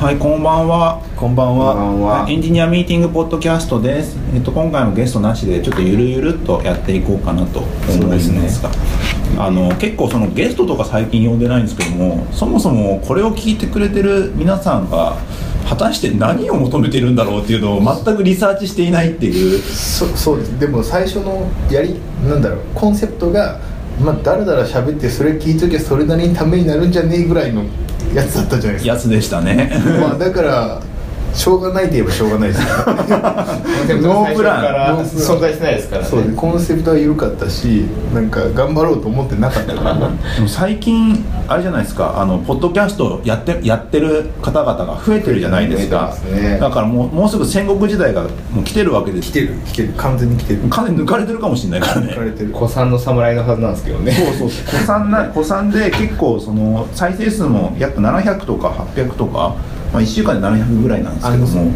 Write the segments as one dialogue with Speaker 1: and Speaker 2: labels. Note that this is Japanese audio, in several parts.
Speaker 1: はい、こんばんは。
Speaker 2: こんばんは。
Speaker 3: こんばんは
Speaker 1: はいエンジニアミーティングポッドキャストです。えっと今回もゲストなしでちょっとゆるゆるっとやっていこうかなと思います
Speaker 2: そう
Speaker 1: が、
Speaker 2: です
Speaker 1: あの結構そのゲストとか最近呼んでないんですけども、そもそもこれを聞いてくれてる皆さんが果たして何を求めてるんだろうっていうのを全くリサーチしていないっていう。
Speaker 2: そそうですでも最初のやりなんだろうコンセプトがまあだらだら喋ってそれ聞いときゃそれなりにためになるんじゃねえぐらいのやつだったじゃないです
Speaker 1: やつでしたね。
Speaker 2: かまあだからしょうがないといえばしょうがないですよね
Speaker 1: ノープラン
Speaker 3: ノープラン存在してないですからね
Speaker 2: そうですコンセプトは緩かったしなんか頑張ろうと思ってなかったから
Speaker 1: でも最近あれじゃないですかあのポッドキャストやってやってる方々が増えてるじゃないですか
Speaker 2: 増えてますね
Speaker 1: だからもうもうすぐ戦国時代がもう来てるわけです
Speaker 2: 来てる来てる完全に来てる
Speaker 1: 完全に抜かれてるかもしれないから
Speaker 2: 抜か
Speaker 1: ね
Speaker 2: れてる
Speaker 3: 古参の侍のはずなんですけどね
Speaker 1: そうそうそう古参な古参で結構その再生数も約700とか800とか、まあ、1週間で700ぐらいなんです
Speaker 2: あ
Speaker 1: けど
Speaker 2: の
Speaker 1: も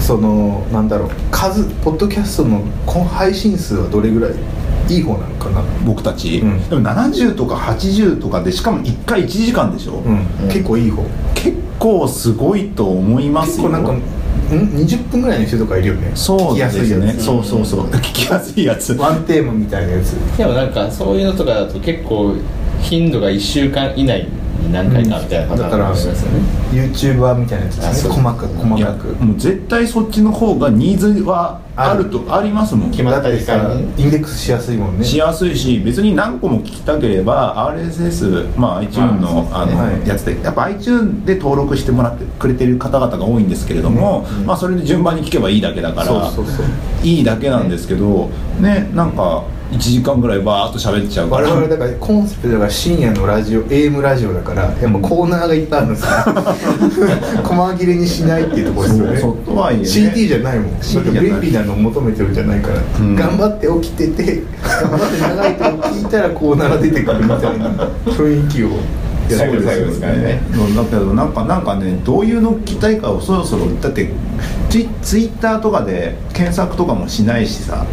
Speaker 2: そのなんだろう数ポッドキャストのこの配信数はどれぐらいいい方なのかな
Speaker 1: 僕たち、
Speaker 2: うん
Speaker 1: でも70とか80とかでしかも1回1時間でしょ、
Speaker 2: うん、結構いい方
Speaker 1: 結構すごいと思います
Speaker 2: 結
Speaker 1: よ
Speaker 2: 構なんかん20分ぐらいの人とかいるよね
Speaker 1: そうで
Speaker 2: 聞きやい
Speaker 1: す
Speaker 2: やつ
Speaker 1: ねそうそうそう聞きやすいやつ
Speaker 2: ワンテーマみたいなやつ
Speaker 3: でもなんかそういうのとかだと結構頻度が1週間以内に何回かみたいなパターンがありますよね、
Speaker 2: YouTuber みたいなやつで
Speaker 3: あ
Speaker 2: す
Speaker 3: そう
Speaker 2: ね細かく
Speaker 1: い
Speaker 2: 細
Speaker 1: や
Speaker 2: かく
Speaker 1: もう絶対そっちの方がニーズはあるとありますもん
Speaker 3: 決ま
Speaker 2: だってさ
Speaker 3: 決まったり
Speaker 2: インデックスしやすいもんね
Speaker 1: しやすいし別に何個も聞きたければ RSS、まあ、iTunes の,、
Speaker 3: まあ
Speaker 1: あの
Speaker 2: はい
Speaker 1: やつでやっぱ iTunes で登録してもらってくれてる方々が多いんですけれども、まあ、それで順番に聞けばいいだけだから
Speaker 2: そうそうそう
Speaker 1: いいだけなんですけどねなんか1時間ぐらいバーッと喋っちゃうか
Speaker 2: 我
Speaker 1: ら
Speaker 2: 々だからコンセプトが深夜のラジオ AM ラジオだからやっぱコーナーがいっぱいあるんですよ 細切れにしないっていうところですよね
Speaker 1: そうそうとはいえね
Speaker 2: CD じゃないもん
Speaker 1: CD
Speaker 2: だっ
Speaker 1: じ
Speaker 2: て
Speaker 1: ゃない
Speaker 2: 便利なのを求めてるんじゃないから、
Speaker 1: ん
Speaker 2: 頑張って起きてて頑張って長いと聞いたらコーナーが出てくるみたいな雰囲気をやってるん
Speaker 3: 最後ですからね
Speaker 1: うんだけどなんかなんかねどういうの聞きたいかをそろそろだってツイツイッターとかで検索とかもしないしさ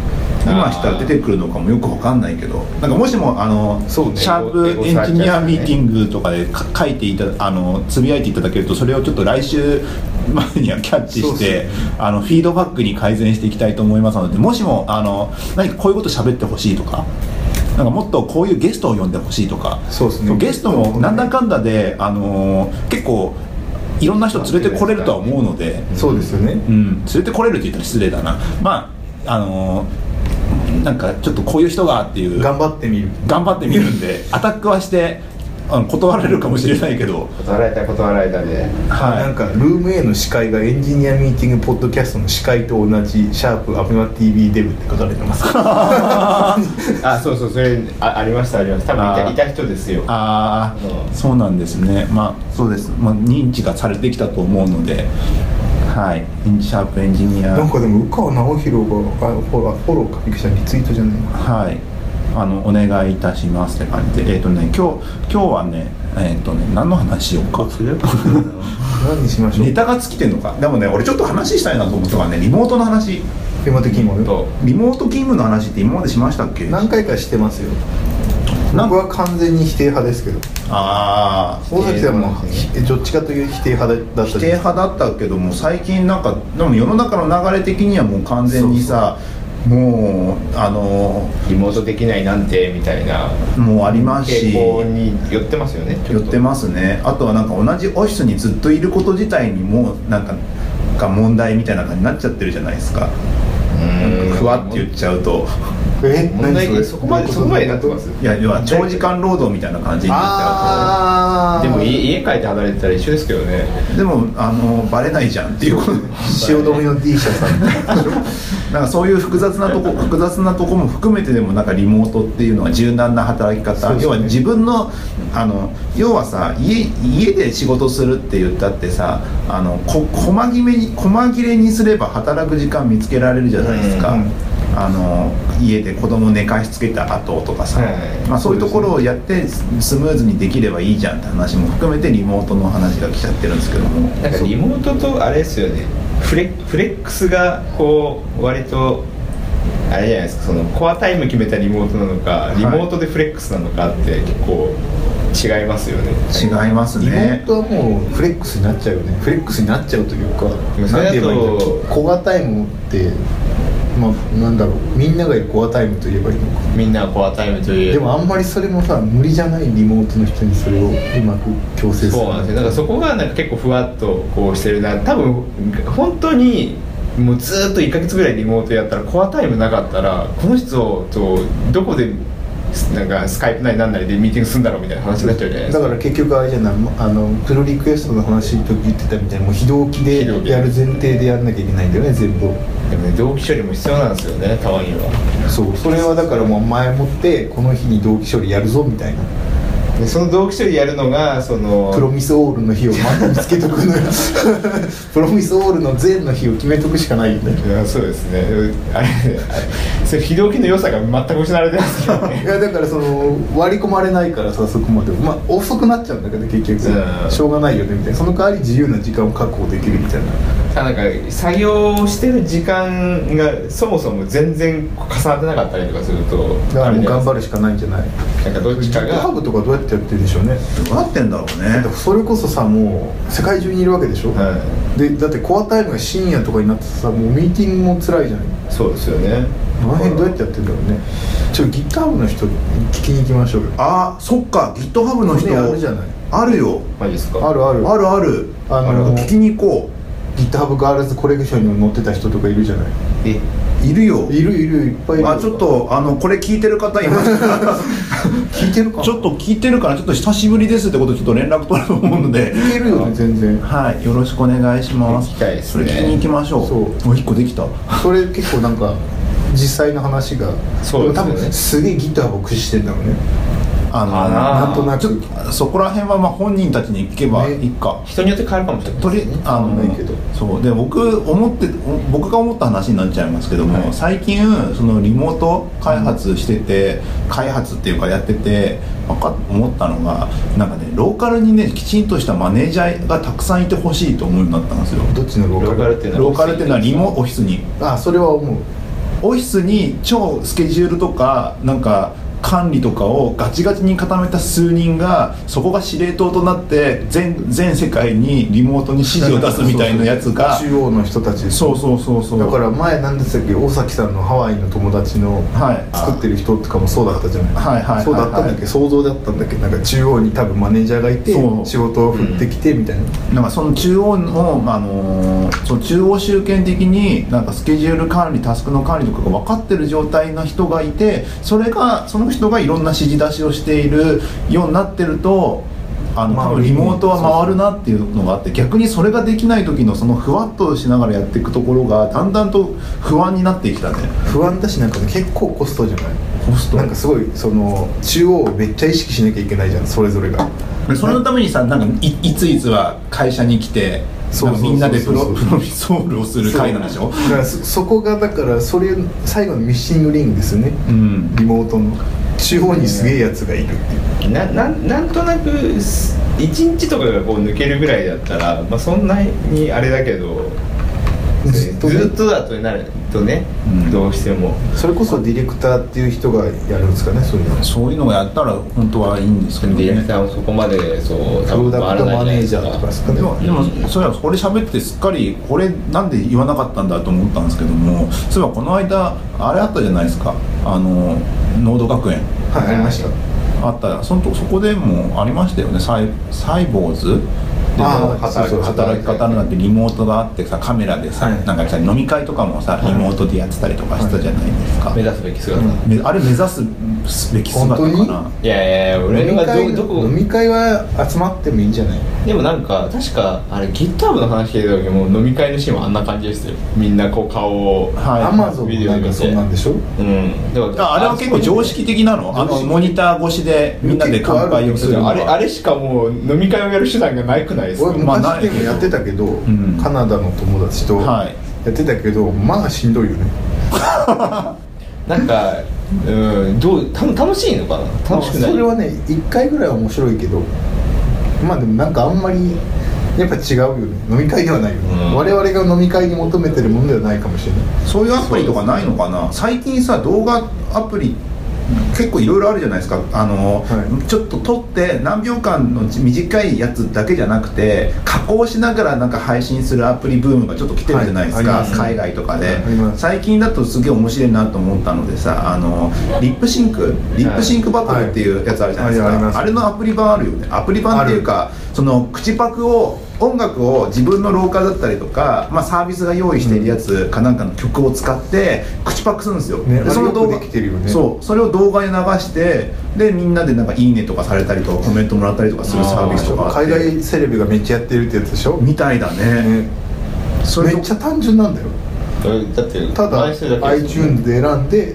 Speaker 1: 今したら出てくるのかもよくわかんないけどなんかもしもあの、
Speaker 2: そうね
Speaker 1: シャープエンジニアミーティングとかでか書いていたあのつぶやいていただけるとそれをちょっと来週までにはキャッチ
Speaker 2: そう
Speaker 1: し
Speaker 2: そう
Speaker 1: てあのフィードバックに改善していきたいと思いますのでもしもあの何かこういうこと喋ってほしいとかなんかもっとこういうゲストを呼んでほしいとか
Speaker 2: そうですね
Speaker 1: ゲストもなんだかんだで、あのー結構いろんな人連れてこれるとは思うので、
Speaker 2: そうですよね
Speaker 1: うん、連れてこれるって言ったら失礼だなまああのーなんかちょっとこういう人がっていう
Speaker 2: 頑張ってみる
Speaker 1: 頑張ってみるんでアタックはしてあの断られるかもしれないけど、
Speaker 3: 断られた断られたで
Speaker 2: な
Speaker 1: は
Speaker 2: んかルーム A の司会がエンジニアミーティングポッドキャストの司会と同じ「シャープアベマ t v デブ」って書かれてます
Speaker 3: あそうそうそれあありましたありました多分いたいた人ですよ
Speaker 1: い、あ
Speaker 3: う
Speaker 1: あ
Speaker 3: ん
Speaker 1: そうなんですねまあそうです、まあ、認知がされてきたと思うのではいシャープエンジニア
Speaker 2: なんかでも鵜川直弘があフォローフォローかびっくりしたリツイートじゃないな
Speaker 1: はい、あのお願いいたしますって感じで、えっ、とね、今日、今日はね、えっ、とね、何の話をか。
Speaker 2: 何にしましょ う
Speaker 1: ネタが尽きてんのか、でもね、俺ちょっと話したいなと思ったのがね、リモートの話。
Speaker 2: テーマ的にも
Speaker 3: と
Speaker 1: リモート勤務の話って今までしましたっけ。
Speaker 2: 何回かしてますよ
Speaker 1: なん
Speaker 2: 僕は完全に否定派ですけど
Speaker 1: ああ。
Speaker 2: 大崎さんも
Speaker 3: 否定派
Speaker 2: ひどっちかという否定派だった
Speaker 1: 否定派だったけども最近なんかでも世の中の流れ的にはもう完全にさもうあの
Speaker 3: リモートできないなんてみたいな
Speaker 1: もうありますし
Speaker 3: 傾向に寄ってますよねちょ
Speaker 1: 寄
Speaker 3: っ
Speaker 1: っ
Speaker 3: と
Speaker 1: てますねあとはなんか同じオフィスにずっといること自体にもなんかが問題みたいな感じになっちゃってるじゃないですか
Speaker 3: うん
Speaker 1: ふわって言っちゃうと
Speaker 2: え
Speaker 3: 問題
Speaker 2: 何
Speaker 3: そこまでそこまでなってます
Speaker 1: いや要は長時間労働みたいな感じになっちゃ
Speaker 2: ああ
Speaker 3: でもい家帰って働いてたら一緒ですけどね
Speaker 1: うとでもあのバレないじゃんっていうこと
Speaker 2: 汐留の D 社さんみたいな
Speaker 1: なんかそういう複雑なと こ複雑なとこも含めてでもなんかリモートっていうのは柔軟な働き
Speaker 2: そ
Speaker 1: 方、
Speaker 2: うですね
Speaker 1: 要は自分のあの要はさ家家で仕事するって言ったってさあのこ細切れに細切れにすれば働く時間見つけられるじゃないですか。
Speaker 2: うんうん
Speaker 1: あの家で子供寝かしつけた後とかさ、
Speaker 3: はい
Speaker 1: まあ、そういうところをやってススムーズにできればいいじゃんって話も含めてリモートの話が来ちゃってるんですけども
Speaker 3: なんかリモートとあれですよねフレフレックスがこう割とあれじゃないですかそのコアタイム決めたリモートなのか、
Speaker 1: い
Speaker 3: リモートでフレックスなのかって結構
Speaker 4: 違いますよね
Speaker 1: 違いますね
Speaker 2: 妹はもうフレックスになっちゃうよねフレックスになっちゃうというか
Speaker 3: それ
Speaker 2: な
Speaker 3: だと
Speaker 2: んて言えばいいんだろう小型いもってまあなんだろうみんながいるコアタイムと言えばいいのか
Speaker 3: みんなコアタイムという
Speaker 2: でもあんまりそれもさ無理じゃないリモートの人にそれをうまく強制する
Speaker 3: そうなんですよだからそこがなんか結構ふわっとこうしてるな多分本当にもうずーっと1か月ぐらいリモートやったらコアタイムなかったらこの人とどこでなんかスカイプなりなんなりでミーティングするんだろうみたいな話になっちゃうじゃないです
Speaker 2: だ
Speaker 3: か
Speaker 2: から結局あれじゃないあのプロリクエストの話の時言ってたみたいにもう非同期で
Speaker 3: 非同期
Speaker 2: やる前提でやんなきゃいけないんだよね全部を
Speaker 3: でもね同期処理も必要なんですよねたまには
Speaker 2: そうそれはだからもう前もってこの日に同期処理やるぞみたいな
Speaker 3: でその同期処理やるのがその
Speaker 2: プロミスオールの日をまだ見つけとくのよ プロミスオールの前の日を決めとくしかないんだよ
Speaker 3: いやそうですねあれあれそれ非同期の良さが全く失われてますよね
Speaker 2: いやだからその割り込まれないからさそこまでまあ遅くなっちゃうんだけど結
Speaker 3: うん
Speaker 2: 局しょうがないよねみたいなその代わり自由な時間を確保できるみたいな
Speaker 3: さあなんか作業してる時間がそもそも全然重なってなかったりとかすると
Speaker 2: だからもう頑張
Speaker 3: る
Speaker 2: るしかないんじゃない
Speaker 3: なんかどっち
Speaker 2: ジ
Speaker 3: か
Speaker 2: ャ
Speaker 3: が
Speaker 2: ハブとかどうやってやってるんでしょうね
Speaker 1: どうなってんだろう
Speaker 2: だ
Speaker 1: ね
Speaker 2: ってそれこそさもう世界中にいるわけでしょ、
Speaker 3: は
Speaker 2: でだってコアタイムが深夜とかになってさもうミーティングも辛いじゃない
Speaker 3: いそうですよね
Speaker 2: あの辺どうやってやってんだろうねちょっとギター部の人に聞きに行きましょうよ
Speaker 1: あそっか GitHub の人
Speaker 2: ねあるじゃない
Speaker 1: あるよ
Speaker 3: マジですか
Speaker 2: あるある
Speaker 1: あるある
Speaker 2: あのー
Speaker 1: あの聞きに行こ
Speaker 2: GitHub ガールズコレクションにも載ってた人とかいるじゃない
Speaker 3: え
Speaker 1: ういるよ
Speaker 2: いるいるいっぱいいる
Speaker 1: あちょっとあのこれ聞いてる方います
Speaker 2: 聞いてるかな
Speaker 1: ちょっと聞いてるからちょっと久しぶりですってことでちょっと連絡取ると思うので
Speaker 2: 聞けるよね全然
Speaker 1: はいよろしくお願いします
Speaker 3: 行きたいですね
Speaker 1: それ聞きに行きましょう
Speaker 2: そう
Speaker 1: お一個できた
Speaker 2: それ結構なんか実際の話が
Speaker 3: そうです
Speaker 2: 多
Speaker 3: ね
Speaker 2: 分すげえ GitHub を駆使してんだろうね
Speaker 1: あの
Speaker 3: あら
Speaker 2: なんとな
Speaker 1: ちょ
Speaker 2: く
Speaker 1: っとそこら辺はまあ本人たちに聞けば
Speaker 2: ね
Speaker 1: いいか、
Speaker 3: 人によって変わるかもしれない
Speaker 1: とりあの
Speaker 2: ないけど
Speaker 1: そうで僕思ってお僕が思った話になっちゃいますけども、
Speaker 3: はい
Speaker 1: 最近そのリモート開発してて、開発っていうかやっててわか思ったのがなんかねローカルにねきちんとしたマネージャーがたくさんいてほしいと思うようになったんですよ
Speaker 2: どっちのロー
Speaker 3: ローカ
Speaker 2: カル
Speaker 3: ルっていうのは
Speaker 1: ローカルっていうのはリモオフィスに
Speaker 2: あそれは思う
Speaker 1: オフィスに超スケジュールとかなんか管理とかをガチガチに固めた数人がそこが司令塔となって全全世界にリモートに指示を出すみたいなやつが
Speaker 2: 中央の人たち
Speaker 1: そうそうそうそう
Speaker 2: だから前何でしたっけ大崎さんのハワイの友達の
Speaker 1: はい
Speaker 2: 作ってる人とかもそうだったじゃない
Speaker 1: はいはいはいはい
Speaker 2: そうだったんだっけ想像だったんだっけなんか中央に多分マネージャーがいて
Speaker 1: そう
Speaker 2: 仕事を振ってきてみたいな、
Speaker 1: なんかその中央の、あのーその中央集権的になんかスケジュール管理タスクの管理とかが分かってる状態の人がいてそれがその人がいろんな指示出しをしているようになってるとあの
Speaker 2: まあ
Speaker 1: 多分リモートは回るなっていうのがあって逆にそれができない時のそのふわっとしながらやっていくところがだんだんと不安になってきたね
Speaker 2: 不安だしなんかね結構コストじゃない
Speaker 1: コスト
Speaker 2: なんかすごいその中央をめっちゃ意識しなきゃいけないじゃんそれぞれが
Speaker 1: でそれのためにさなんかいいついつは会社に来て
Speaker 2: そう
Speaker 1: なんか
Speaker 2: そうそう
Speaker 1: みんなでプロ
Speaker 2: そうそう
Speaker 1: プロミソールをする会なんでしょ
Speaker 2: そうだからそそこがだからそれ最後のミッシングリングですよね
Speaker 1: うん
Speaker 2: リモートの中央にすげえやつがいるっていう
Speaker 3: ななんなんとなくす一日とかがこう抜けるぐらいだったら、まあ、そんなにあれだけど
Speaker 2: ずっとね
Speaker 3: ずっとだとなるとね、
Speaker 1: うん
Speaker 3: どうしても
Speaker 2: それこそディレクターっていう人がやるんですかねそういうの
Speaker 1: そういうのがやったら本当はいいんですけ
Speaker 3: デ
Speaker 1: どね
Speaker 3: ィレクターもそこまでそう
Speaker 2: プロダクトマネージャ
Speaker 3: と
Speaker 2: ーとかですかね
Speaker 1: でもでもそれはこれ喋ってすっかりこれなんで言わなかったんだと思ったんですけどもそういえばこの間あれあったじゃないですかあの濃度学園
Speaker 2: はいありました
Speaker 1: あったそのとそこでもありましたよねサイサイボーズで
Speaker 2: あー
Speaker 1: 働
Speaker 2: そうそう
Speaker 1: く働き方になってリモートがあってさカメラでさ、
Speaker 2: はい
Speaker 1: なんかさ飲み会とかもさリモートでやってたりとかしたじゃないですか、
Speaker 3: 目指すべき姿、
Speaker 2: うん
Speaker 1: めあれ目指すべき姿か
Speaker 2: 本当
Speaker 1: な
Speaker 2: に
Speaker 3: いやいやいや
Speaker 2: 飲
Speaker 3: 俺
Speaker 2: み
Speaker 3: は
Speaker 2: 会
Speaker 3: どどこ
Speaker 2: 飲み会は集まってもいいんじゃない
Speaker 3: でもなんか確かあれ GitHub の話聞いた時も飲み会のシーンはあんな感じですよみんなこう顔を
Speaker 1: はい
Speaker 2: アマゾンなんかそうなんでしょ
Speaker 3: うんでも
Speaker 1: ああれは結構常識的なのあ
Speaker 2: 常
Speaker 1: の
Speaker 2: 識
Speaker 1: モニター越しでみんなで乾杯をす
Speaker 3: そう
Speaker 1: る
Speaker 3: だよ
Speaker 1: のは
Speaker 3: あれあれしかもう飲み会をやる手段がないくないですか
Speaker 2: 俺
Speaker 1: まあ
Speaker 2: 昔でもやってたけど、
Speaker 1: ん
Speaker 2: カナダの友達と
Speaker 1: は
Speaker 2: や
Speaker 1: い
Speaker 2: ってたけど、まあしんどいよね
Speaker 3: なんか、うん、どうた楽しいのかな楽しくない、
Speaker 2: まあそれはね1回ぐらいは面白いけどまあでもなんかあんまりやっぱ違うよね飲み会ではないよね、
Speaker 3: うん
Speaker 2: 我々が飲み会に求めてるものではないかもしれない
Speaker 1: そういうアプリとかないのかな最近さ動画アプリ結構いろいろあるじゃないですかあの、
Speaker 2: は
Speaker 1: ちょっと撮って何秒間の短いやつだけじゃなくて加工しながらなんか配信するアプリブームがちょっと来てるじゃないですか、
Speaker 2: はいありますね
Speaker 1: 海外とかで
Speaker 2: あります
Speaker 1: 最近だとすげえ面白いなと思ったのでさあのリップシンクリップシンクバトルっていうやつあるじゃないですか、
Speaker 2: はいあります
Speaker 1: あれのアプリ版あるよねアプリ版っていうかその口パクを音楽を自分のローカルだったりとか、まあ、サービスが用意しているやつかなんかの曲を使って口パクするんですよ、
Speaker 2: ね
Speaker 1: でその動
Speaker 2: あれよ
Speaker 1: 画
Speaker 2: くできてるよね
Speaker 1: そうそれを動画で流してでみんなでなんか「いいね」とかされたりとかコメントもらったりとかするサービスとかあっ
Speaker 2: 海
Speaker 1: て
Speaker 2: 外セレブがめっちゃやってるってやつでしょ、
Speaker 1: みたいだね
Speaker 2: ね
Speaker 1: そ
Speaker 2: め
Speaker 1: れと
Speaker 2: っちゃ単純なんだよ
Speaker 3: だって
Speaker 2: ただ
Speaker 3: 毎週だけですもん
Speaker 2: iTunes で選んで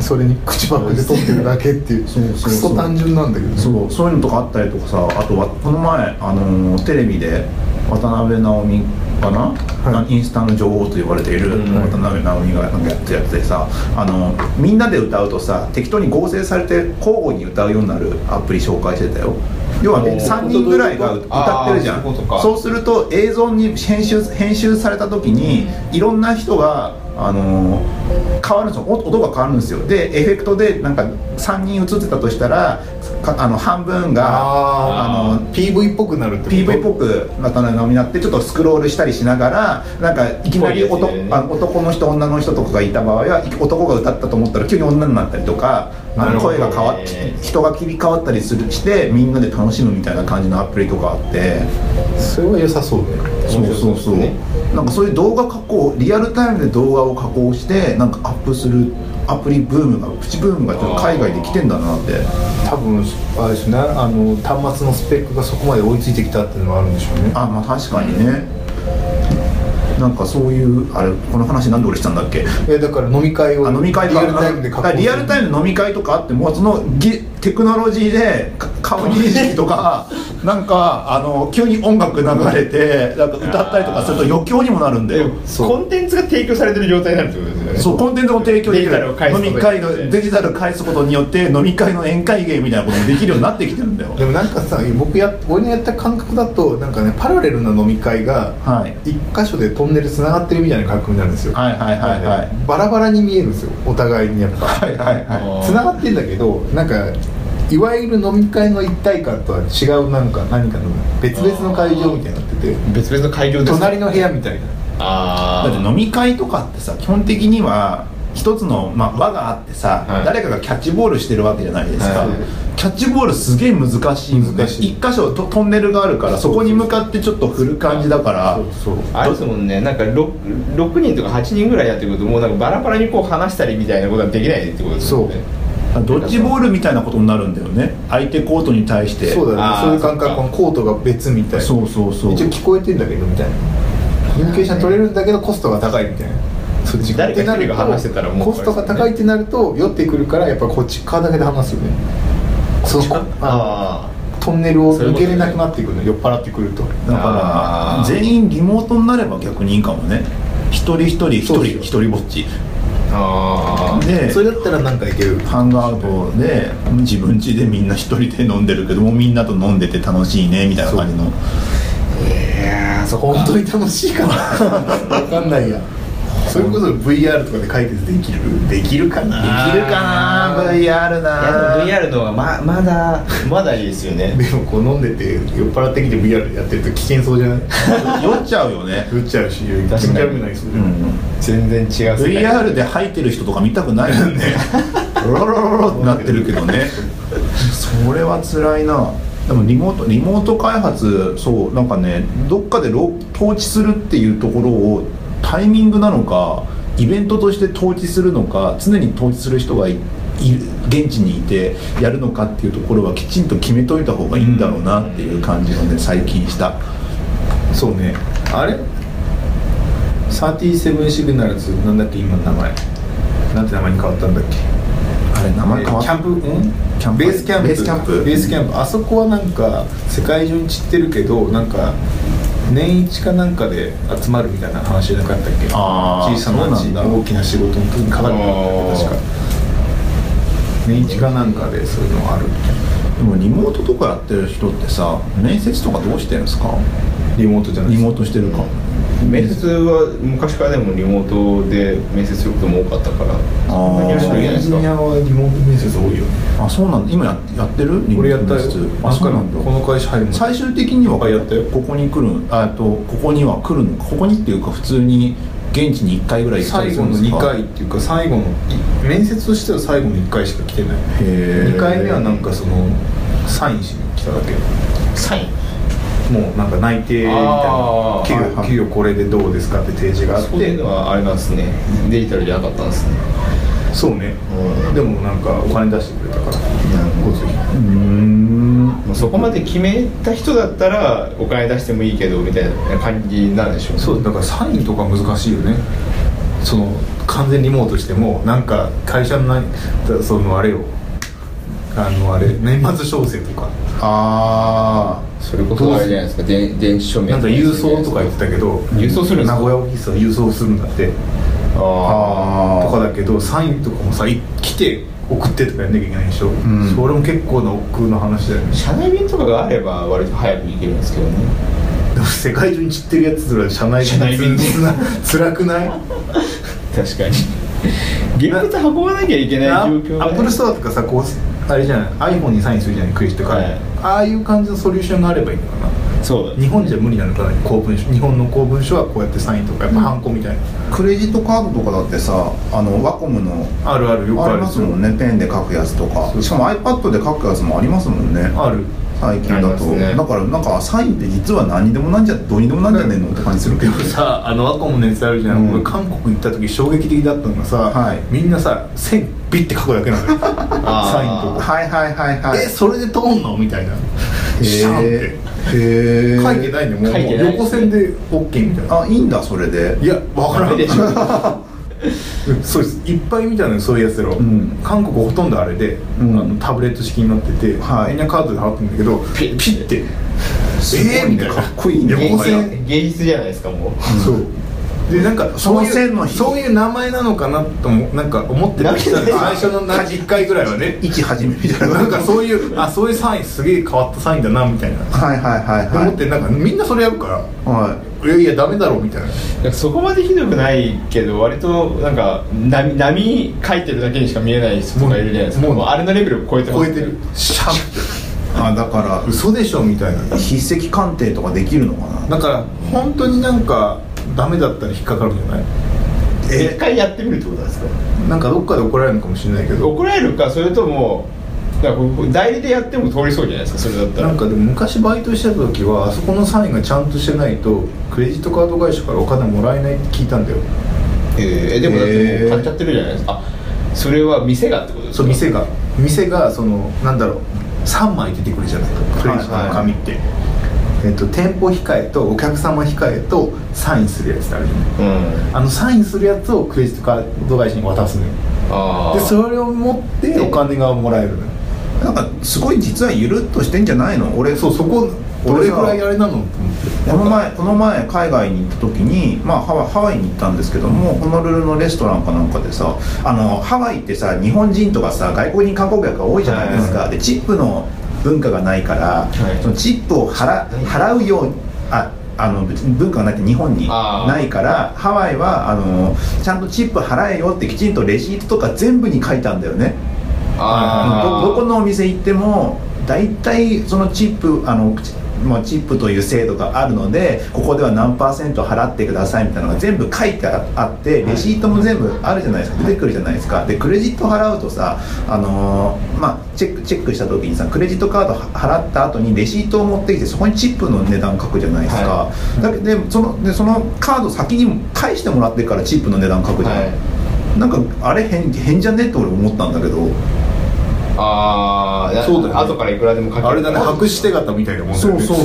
Speaker 2: それに口パクで撮ってるだけっていう
Speaker 1: そうそうそう
Speaker 2: クソ単純なんだけどう
Speaker 1: そうそういうのとかあったりとかさあとはこの前、あのーテレビで渡辺直美かな、
Speaker 2: はい
Speaker 1: インスタの女王と呼ばれている
Speaker 3: うん
Speaker 1: 渡辺直美がなんかやってるやつでさ、あのーみんなで歌うとさ適当に合成されて交互に歌うようになるアプリ紹介してたよ要はね
Speaker 3: おー
Speaker 1: 3人ぐらいが歌ってるじゃん
Speaker 3: あーそういうことか
Speaker 1: そうすると映像に編集編集された時にいろんな人が、あのー変わるんですよお音が変わるんですよでエフェクトでなんか3人映ってたとしたらかあの半分が
Speaker 2: あ
Speaker 1: あ
Speaker 2: あ PV っぽくなるってこと
Speaker 1: PV っぽくなったのになってちょっとスクロールしたりしながらなんかいきなり
Speaker 3: ぽいです
Speaker 1: 男,、
Speaker 3: ね
Speaker 1: あ男の人女の人とかがいた場合はい男が歌ったと思ったら急に女になったりとかあ
Speaker 3: なる
Speaker 1: の
Speaker 3: ほど
Speaker 1: 声
Speaker 3: ね
Speaker 1: が変わっ人が切り替わったりするしてみんなで楽しむみたいな感じのアプリとかあって。
Speaker 2: それは良さそうね
Speaker 1: そうそうそう、
Speaker 3: ね
Speaker 1: なんかそういう動画加工リアルタイムで動画を加工してなんかアップするアプリブームがプチブームがちょっと海外で来てんだなって
Speaker 2: 多分あれですねあの端末のスペックがそこまで追いついてきたっていうのもあるんでしょうね
Speaker 1: あまあ確かにねなんかそういうあれこの話なんで俺したんだっけ
Speaker 2: えだから飲み会を
Speaker 1: あ飲み会
Speaker 2: リ
Speaker 1: か
Speaker 2: アルタイムで
Speaker 1: だからリアルタイ
Speaker 2: ム
Speaker 1: ム飲み会とかあってもそのぎテクノロジーでか顔認識と かなんかあの急に音楽流れてなんか歌ったりとかすると余興にもなるんだ
Speaker 3: で
Speaker 1: よ
Speaker 3: も
Speaker 2: そう
Speaker 3: コンテンツが提供されてる状態になるってことですよね
Speaker 1: そうコンテンツも提供でき
Speaker 3: デジタル
Speaker 1: る
Speaker 3: を返すこ
Speaker 1: 飲
Speaker 3: とに
Speaker 1: み
Speaker 3: よって
Speaker 1: 会のデジタルを返すことによって飲み会の宴会芸みたいなこともできるようになってきてるん だよ
Speaker 2: でもなんかさ僕や俺のやった感覚だとなんかねパラレルな飲み会が
Speaker 1: はい
Speaker 2: 一箇所でトンネル繋がってるみたいな感覚になるんですよ
Speaker 1: はいはいはいはい
Speaker 2: バラバラに見えるんですよお互いにやっぱ
Speaker 1: はいはいは
Speaker 3: あー
Speaker 2: つながってんだけどなんかいわゆる飲み会の一体感とは違うなんか何かの別々の会場みたいになってて
Speaker 3: 別々の開業です
Speaker 2: 隣の部屋みたいな
Speaker 3: あ
Speaker 1: いだ
Speaker 3: あ
Speaker 1: って飲み会とかってさ基本的には一つの、まあ、輪があってさ、
Speaker 3: はい
Speaker 1: 誰かがキャッチボールしてるわけじゃないですか、
Speaker 2: はい
Speaker 1: キャッチボールすげえ難しいんで
Speaker 2: 難
Speaker 1: す
Speaker 2: しい
Speaker 1: ね一箇所とトンネルがあるからそこに向かってちょっと振る感じだから
Speaker 2: そう
Speaker 3: あれですもんねなんか 6, 六人とか8人ぐらいやってることもうなんかバラバラにこう話したりみたいなことはできないってことですよね
Speaker 2: そう
Speaker 1: ドッジボールみたいなことになるんだよね相手コートに対して
Speaker 2: そうだ
Speaker 3: あー
Speaker 2: ねそういう感覚こ
Speaker 3: そっ
Speaker 2: の
Speaker 3: か
Speaker 2: コートが別みたいな
Speaker 1: そうそうそう
Speaker 2: 一応聞こえてんだけどみたいなコミュニケーション取れるんだけどコストが高いみたいなそう時間ってなる
Speaker 3: 誰か一人が話してたら
Speaker 2: と
Speaker 3: もう
Speaker 2: コストが高いってなると酔ってくるからやっぱこっち側だけで話すよねそのあ
Speaker 3: あ
Speaker 2: のトンネルを抜けれなくなっていくの酔っ払ってくると
Speaker 1: だか
Speaker 3: あー
Speaker 1: ら全員リモートになれば逆にいいかもね一人一人一
Speaker 2: そう
Speaker 1: 人
Speaker 2: ですよ
Speaker 1: 一人ぼっち
Speaker 3: あああ
Speaker 1: で
Speaker 2: それだったらなんかいける
Speaker 1: ハンガードで自分家でみんな一人で飲んでるけどもみんなと飲んでて楽しいねみたいな感じの
Speaker 3: いやーそこ
Speaker 2: 本当に楽しいかなわかんないやそれこそ VR とかで解決できるできるかな
Speaker 1: できるかな
Speaker 3: あー
Speaker 1: VR
Speaker 3: いや
Speaker 1: な
Speaker 3: でも VR の方がままだまだいいですよね
Speaker 2: でもこう飲んでて酔っ払ってきて VR やってると危険そうじゃない
Speaker 1: 酔っちゃうよね、
Speaker 2: 打っちゃうし気持ち悪くなりそう
Speaker 1: う
Speaker 2: じゃない
Speaker 1: ん、
Speaker 3: 全然違う世界
Speaker 1: VR で吐いてる人とか見たくないよねロロロロロってなってるけどねそれは辛いなでもリモートリモート開発そうなんかねどっかでろ統治するっていうところをタイミングなのかイベントとして統治するのか常に統治する人がいいる現地にいてやるのかっていうところはきちんと決めといた方がいいんだろうなっていう感じがね最近した
Speaker 2: そうねあれ37シグナルズなんだっけ今の名前なんて名前に変わったんだっけ
Speaker 1: あれ名前変わっ
Speaker 2: キャンプん
Speaker 1: キャンプ
Speaker 2: ベースキャンプ
Speaker 1: ベースキャンプ
Speaker 2: ベースキャンプあそこはなんか世界中に散ってるけどなんか年一かなんかで集まるみたいな話じゃなかったっけ
Speaker 1: あー
Speaker 2: 小さな
Speaker 1: そう
Speaker 2: 町
Speaker 1: な
Speaker 2: が
Speaker 1: んだ
Speaker 2: 大きな仕事の時にかかるんだったっけ確か年一かなんかでそういうのある
Speaker 1: でもリモートとかやってる人ってさ面接とかどうしてるんですか
Speaker 2: リモートじゃない
Speaker 1: リ
Speaker 2: です
Speaker 1: モートしてるか
Speaker 3: 面接は昔からでもリモートで面接することも多かったからそんなにやる人いない
Speaker 2: エ
Speaker 3: で
Speaker 2: ン
Speaker 3: す
Speaker 2: ジ
Speaker 3: か
Speaker 2: ニアはリモート面接多いよ
Speaker 1: あそうなんだ今ややってる
Speaker 2: 俺やったよ
Speaker 1: あそうなん
Speaker 2: この
Speaker 1: だ
Speaker 2: 会社入る
Speaker 1: 最終的には
Speaker 2: あやったよ
Speaker 1: ここに来るあとここには来るのここにっていうか普通に現地に1回ぐらい行ったり
Speaker 2: 最
Speaker 1: する
Speaker 2: 後
Speaker 1: んで
Speaker 2: の
Speaker 1: すか
Speaker 2: 2回っていうか最後のい面接としては最後の1回しか来てない
Speaker 1: へー
Speaker 2: 2回目はなんかそのサインしに来ただけ
Speaker 3: サイン
Speaker 2: もうなんか内定みたいな
Speaker 3: あー
Speaker 2: 企
Speaker 1: はいはい
Speaker 2: 業企業これでどうですかって提示があっ
Speaker 3: そういう
Speaker 2: て
Speaker 3: のはあれなんですねデジタルじゃなかったんですね
Speaker 2: そうね
Speaker 3: うん
Speaker 2: でもなんかお金出してくれたから
Speaker 3: なるほど
Speaker 2: 交通費
Speaker 1: うーん
Speaker 3: もうそこまで決めた人だったらお金出してもいいけどみたいな感じなんでしょうね
Speaker 2: そうだからサインとか難しいよねその完全リモートしてもなんか会社の何だそのあれよあのあれ年末商戦とか
Speaker 1: あ
Speaker 3: それこそあれじゃないですか電電子署名
Speaker 2: なんか郵送とか言ってたけど
Speaker 3: 郵送するんで
Speaker 2: 名
Speaker 3: すか
Speaker 2: 古屋オフィスは郵送するんだって
Speaker 3: あ
Speaker 1: あ
Speaker 2: とかだけどサインとかもさい来て送ってとかやんなきゃいけないでしょ、
Speaker 1: ん
Speaker 2: それも結構な億劫の話だよ
Speaker 3: あ
Speaker 2: ね
Speaker 3: 社内便とかがあれば割と早く行けるんですけどね
Speaker 2: でも世界中に散ってるやつら社内
Speaker 3: 社内便で
Speaker 2: つな辛くない
Speaker 3: 確かに 現物運ばなきゃいけない
Speaker 2: ア
Speaker 3: 状況がね
Speaker 2: ップルストアとかさこうあれじゃない iPhone にサインするじゃないクリスとか、
Speaker 3: はい
Speaker 2: ああいう感じのソリューションがあればいいのかな
Speaker 3: そう
Speaker 2: 日本じゃ無理なのかな公文書日本の公文書はこうやってサインとかやっぱハンコみたいな、
Speaker 1: あクレジットカードとかだってさあのワコムの
Speaker 2: あるあるよくあ
Speaker 1: あ
Speaker 2: る
Speaker 1: りますもんねペンで書くやつとかしかも iPad で書くやつもありますもんね
Speaker 2: ある
Speaker 1: 最近
Speaker 3: あり
Speaker 1: だ
Speaker 3: ま
Speaker 1: と、
Speaker 3: すね
Speaker 1: だからなんかサインって実は何にでもなんじゃどうにでもなんじゃねえのって感じするけ
Speaker 2: で
Speaker 1: ど
Speaker 2: もさあのアコムのやつあるじゃん、
Speaker 1: うん
Speaker 2: 俺韓国行った時衝撃的だったのがさ、
Speaker 1: はい
Speaker 2: みんなさ線ビッて書くだけなのよサインとか
Speaker 1: はいはいはいはい
Speaker 2: えそれで通んのみたいなシャンっ
Speaker 1: へ
Speaker 2: て
Speaker 1: えへえ
Speaker 2: 書いてないのもう
Speaker 3: 書いてない
Speaker 2: 横線で OK みたいな
Speaker 1: あいいんだそれで
Speaker 2: いやわから
Speaker 3: ダ
Speaker 2: ん
Speaker 3: メでしょ
Speaker 2: そうですいっぱい見たのよそういうやつらを、
Speaker 1: ん
Speaker 2: 韓国ほとんどあれで、
Speaker 1: うん
Speaker 2: あのタブレット式になってて、
Speaker 1: はい
Speaker 2: みんなカードで払ってんだけどピッピッて
Speaker 1: すごいね
Speaker 2: えーみたいな
Speaker 1: かっこいいね
Speaker 3: 芸
Speaker 2: 横線
Speaker 3: 術芸術じゃないですかもう
Speaker 2: そうでなんか
Speaker 1: そ
Speaker 2: そ
Speaker 1: の
Speaker 2: うい
Speaker 1: 線の
Speaker 2: う
Speaker 1: 日
Speaker 2: そういう名前なのかなともなんか思ってた最
Speaker 3: なんで
Speaker 2: 初の何10回ぐらいはね
Speaker 1: 位置始めみたいな
Speaker 2: なんかそういうあそういうサインすげえ変わったサインだなみたいな、
Speaker 1: はいはいはいはい
Speaker 2: 思ってなんかみんなそれやるから
Speaker 1: はい
Speaker 2: やいやダメだろうみたいな
Speaker 3: なんかそこまでひどくないけど割となんか波波書いてるだけにしか見えない人がいるじゃないですか
Speaker 2: も
Speaker 3: も
Speaker 2: う
Speaker 3: うあれのレベルを超えてま
Speaker 2: 超
Speaker 3: す
Speaker 2: えて
Speaker 3: ね
Speaker 2: るシャン
Speaker 1: いあだか
Speaker 2: 嘘でしょみたいな
Speaker 1: ら筆跡鑑定とかできるのかな
Speaker 2: だから本当になんかダメだったら引っかかるんじゃない
Speaker 3: 一回やってみるってことなんですか
Speaker 2: なんかどっかで怒られるのかもしれないけど
Speaker 3: 怒られるかそれともなんかこう代理でやっても通りそうじゃないですかそれだったら
Speaker 2: なんかでも昔バイトしてた時はあそこのサインがちゃんとしてないとクレジットカード会社からお金もらえないって聞いたんだよ
Speaker 3: えーでもだって
Speaker 1: えー
Speaker 3: もう買っちゃってるじゃないですか、あそれは店がってことですか
Speaker 2: そう店が店がそのなんだろう3枚出てくるじゃないですかクレジットの紙って、えっと、店舗控えとお客様控えとサインするやつってあるじゃない
Speaker 3: うん
Speaker 2: あのサインするやつをクレジットカード会社に渡すのよ
Speaker 3: ああ
Speaker 2: でそれを持ってお金がもらえるのよ
Speaker 1: なんかすごい実はゆるっとしてんじゃないの俺
Speaker 2: そうそこどれぐらいあれなのと思って
Speaker 1: この前この前海外に行った時に、まあ、ハワイハワイに行ったんですけどもホノルルのレストランかなんかでさあのハワイってさ日本人とかさ外国人観光客が多いじゃないですか、でチップの文化がないから、
Speaker 3: い
Speaker 1: そのチップを払払うようにああの別に文化がないって日本に
Speaker 3: あー
Speaker 1: ないからハワイはあのちゃんとチップ払えよってきちんとレシートとか全部に書いたんだよね
Speaker 3: あ
Speaker 1: どどこ
Speaker 3: の
Speaker 1: のお店行っても大体そのチップあの、チまあ、チップという制度があるのでここでは何パーセント払ってくださいみたいなのが全部書いてああってレシートも全部あるじゃないですか出てくるじゃないですかでクレジット払うとさ、あのーまあ、チェックチェックした時にさクレジットカードは払った後にレシートを持ってきてそこにチップの値段書くじゃないですか、
Speaker 3: は
Speaker 1: だけどでそのでそのカード先に返してもらってからチップの値段書くじゃない、
Speaker 3: はい
Speaker 1: なんかあれ変変じゃねって俺思ったんだけど
Speaker 3: ああ
Speaker 2: そうだよね
Speaker 3: 後からいくらでもかける
Speaker 2: あれだね白紙手形みたいなもんだよね
Speaker 1: そう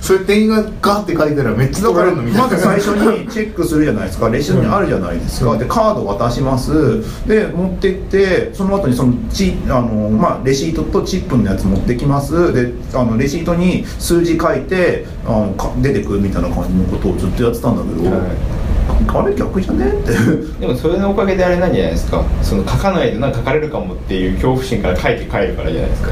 Speaker 2: それ店員がガーって書いてたらめっちゃ怒られるのみたいな
Speaker 1: まず最初にチェックするじゃないですかレシートにあるじゃないですか、でカード渡しますで持ってってその後にそのチあの、まあ、レシートとチップのやつ持ってきますであのレシートに数字書いてあのか出てくるみたいな感じのことをずっとやってたんだけど、あれ逆じゃねって
Speaker 3: でもそれのおかげであれなんじゃないですかその書かないとなんか書かれるかもっていう恐怖心から書いて帰るからじゃないですか、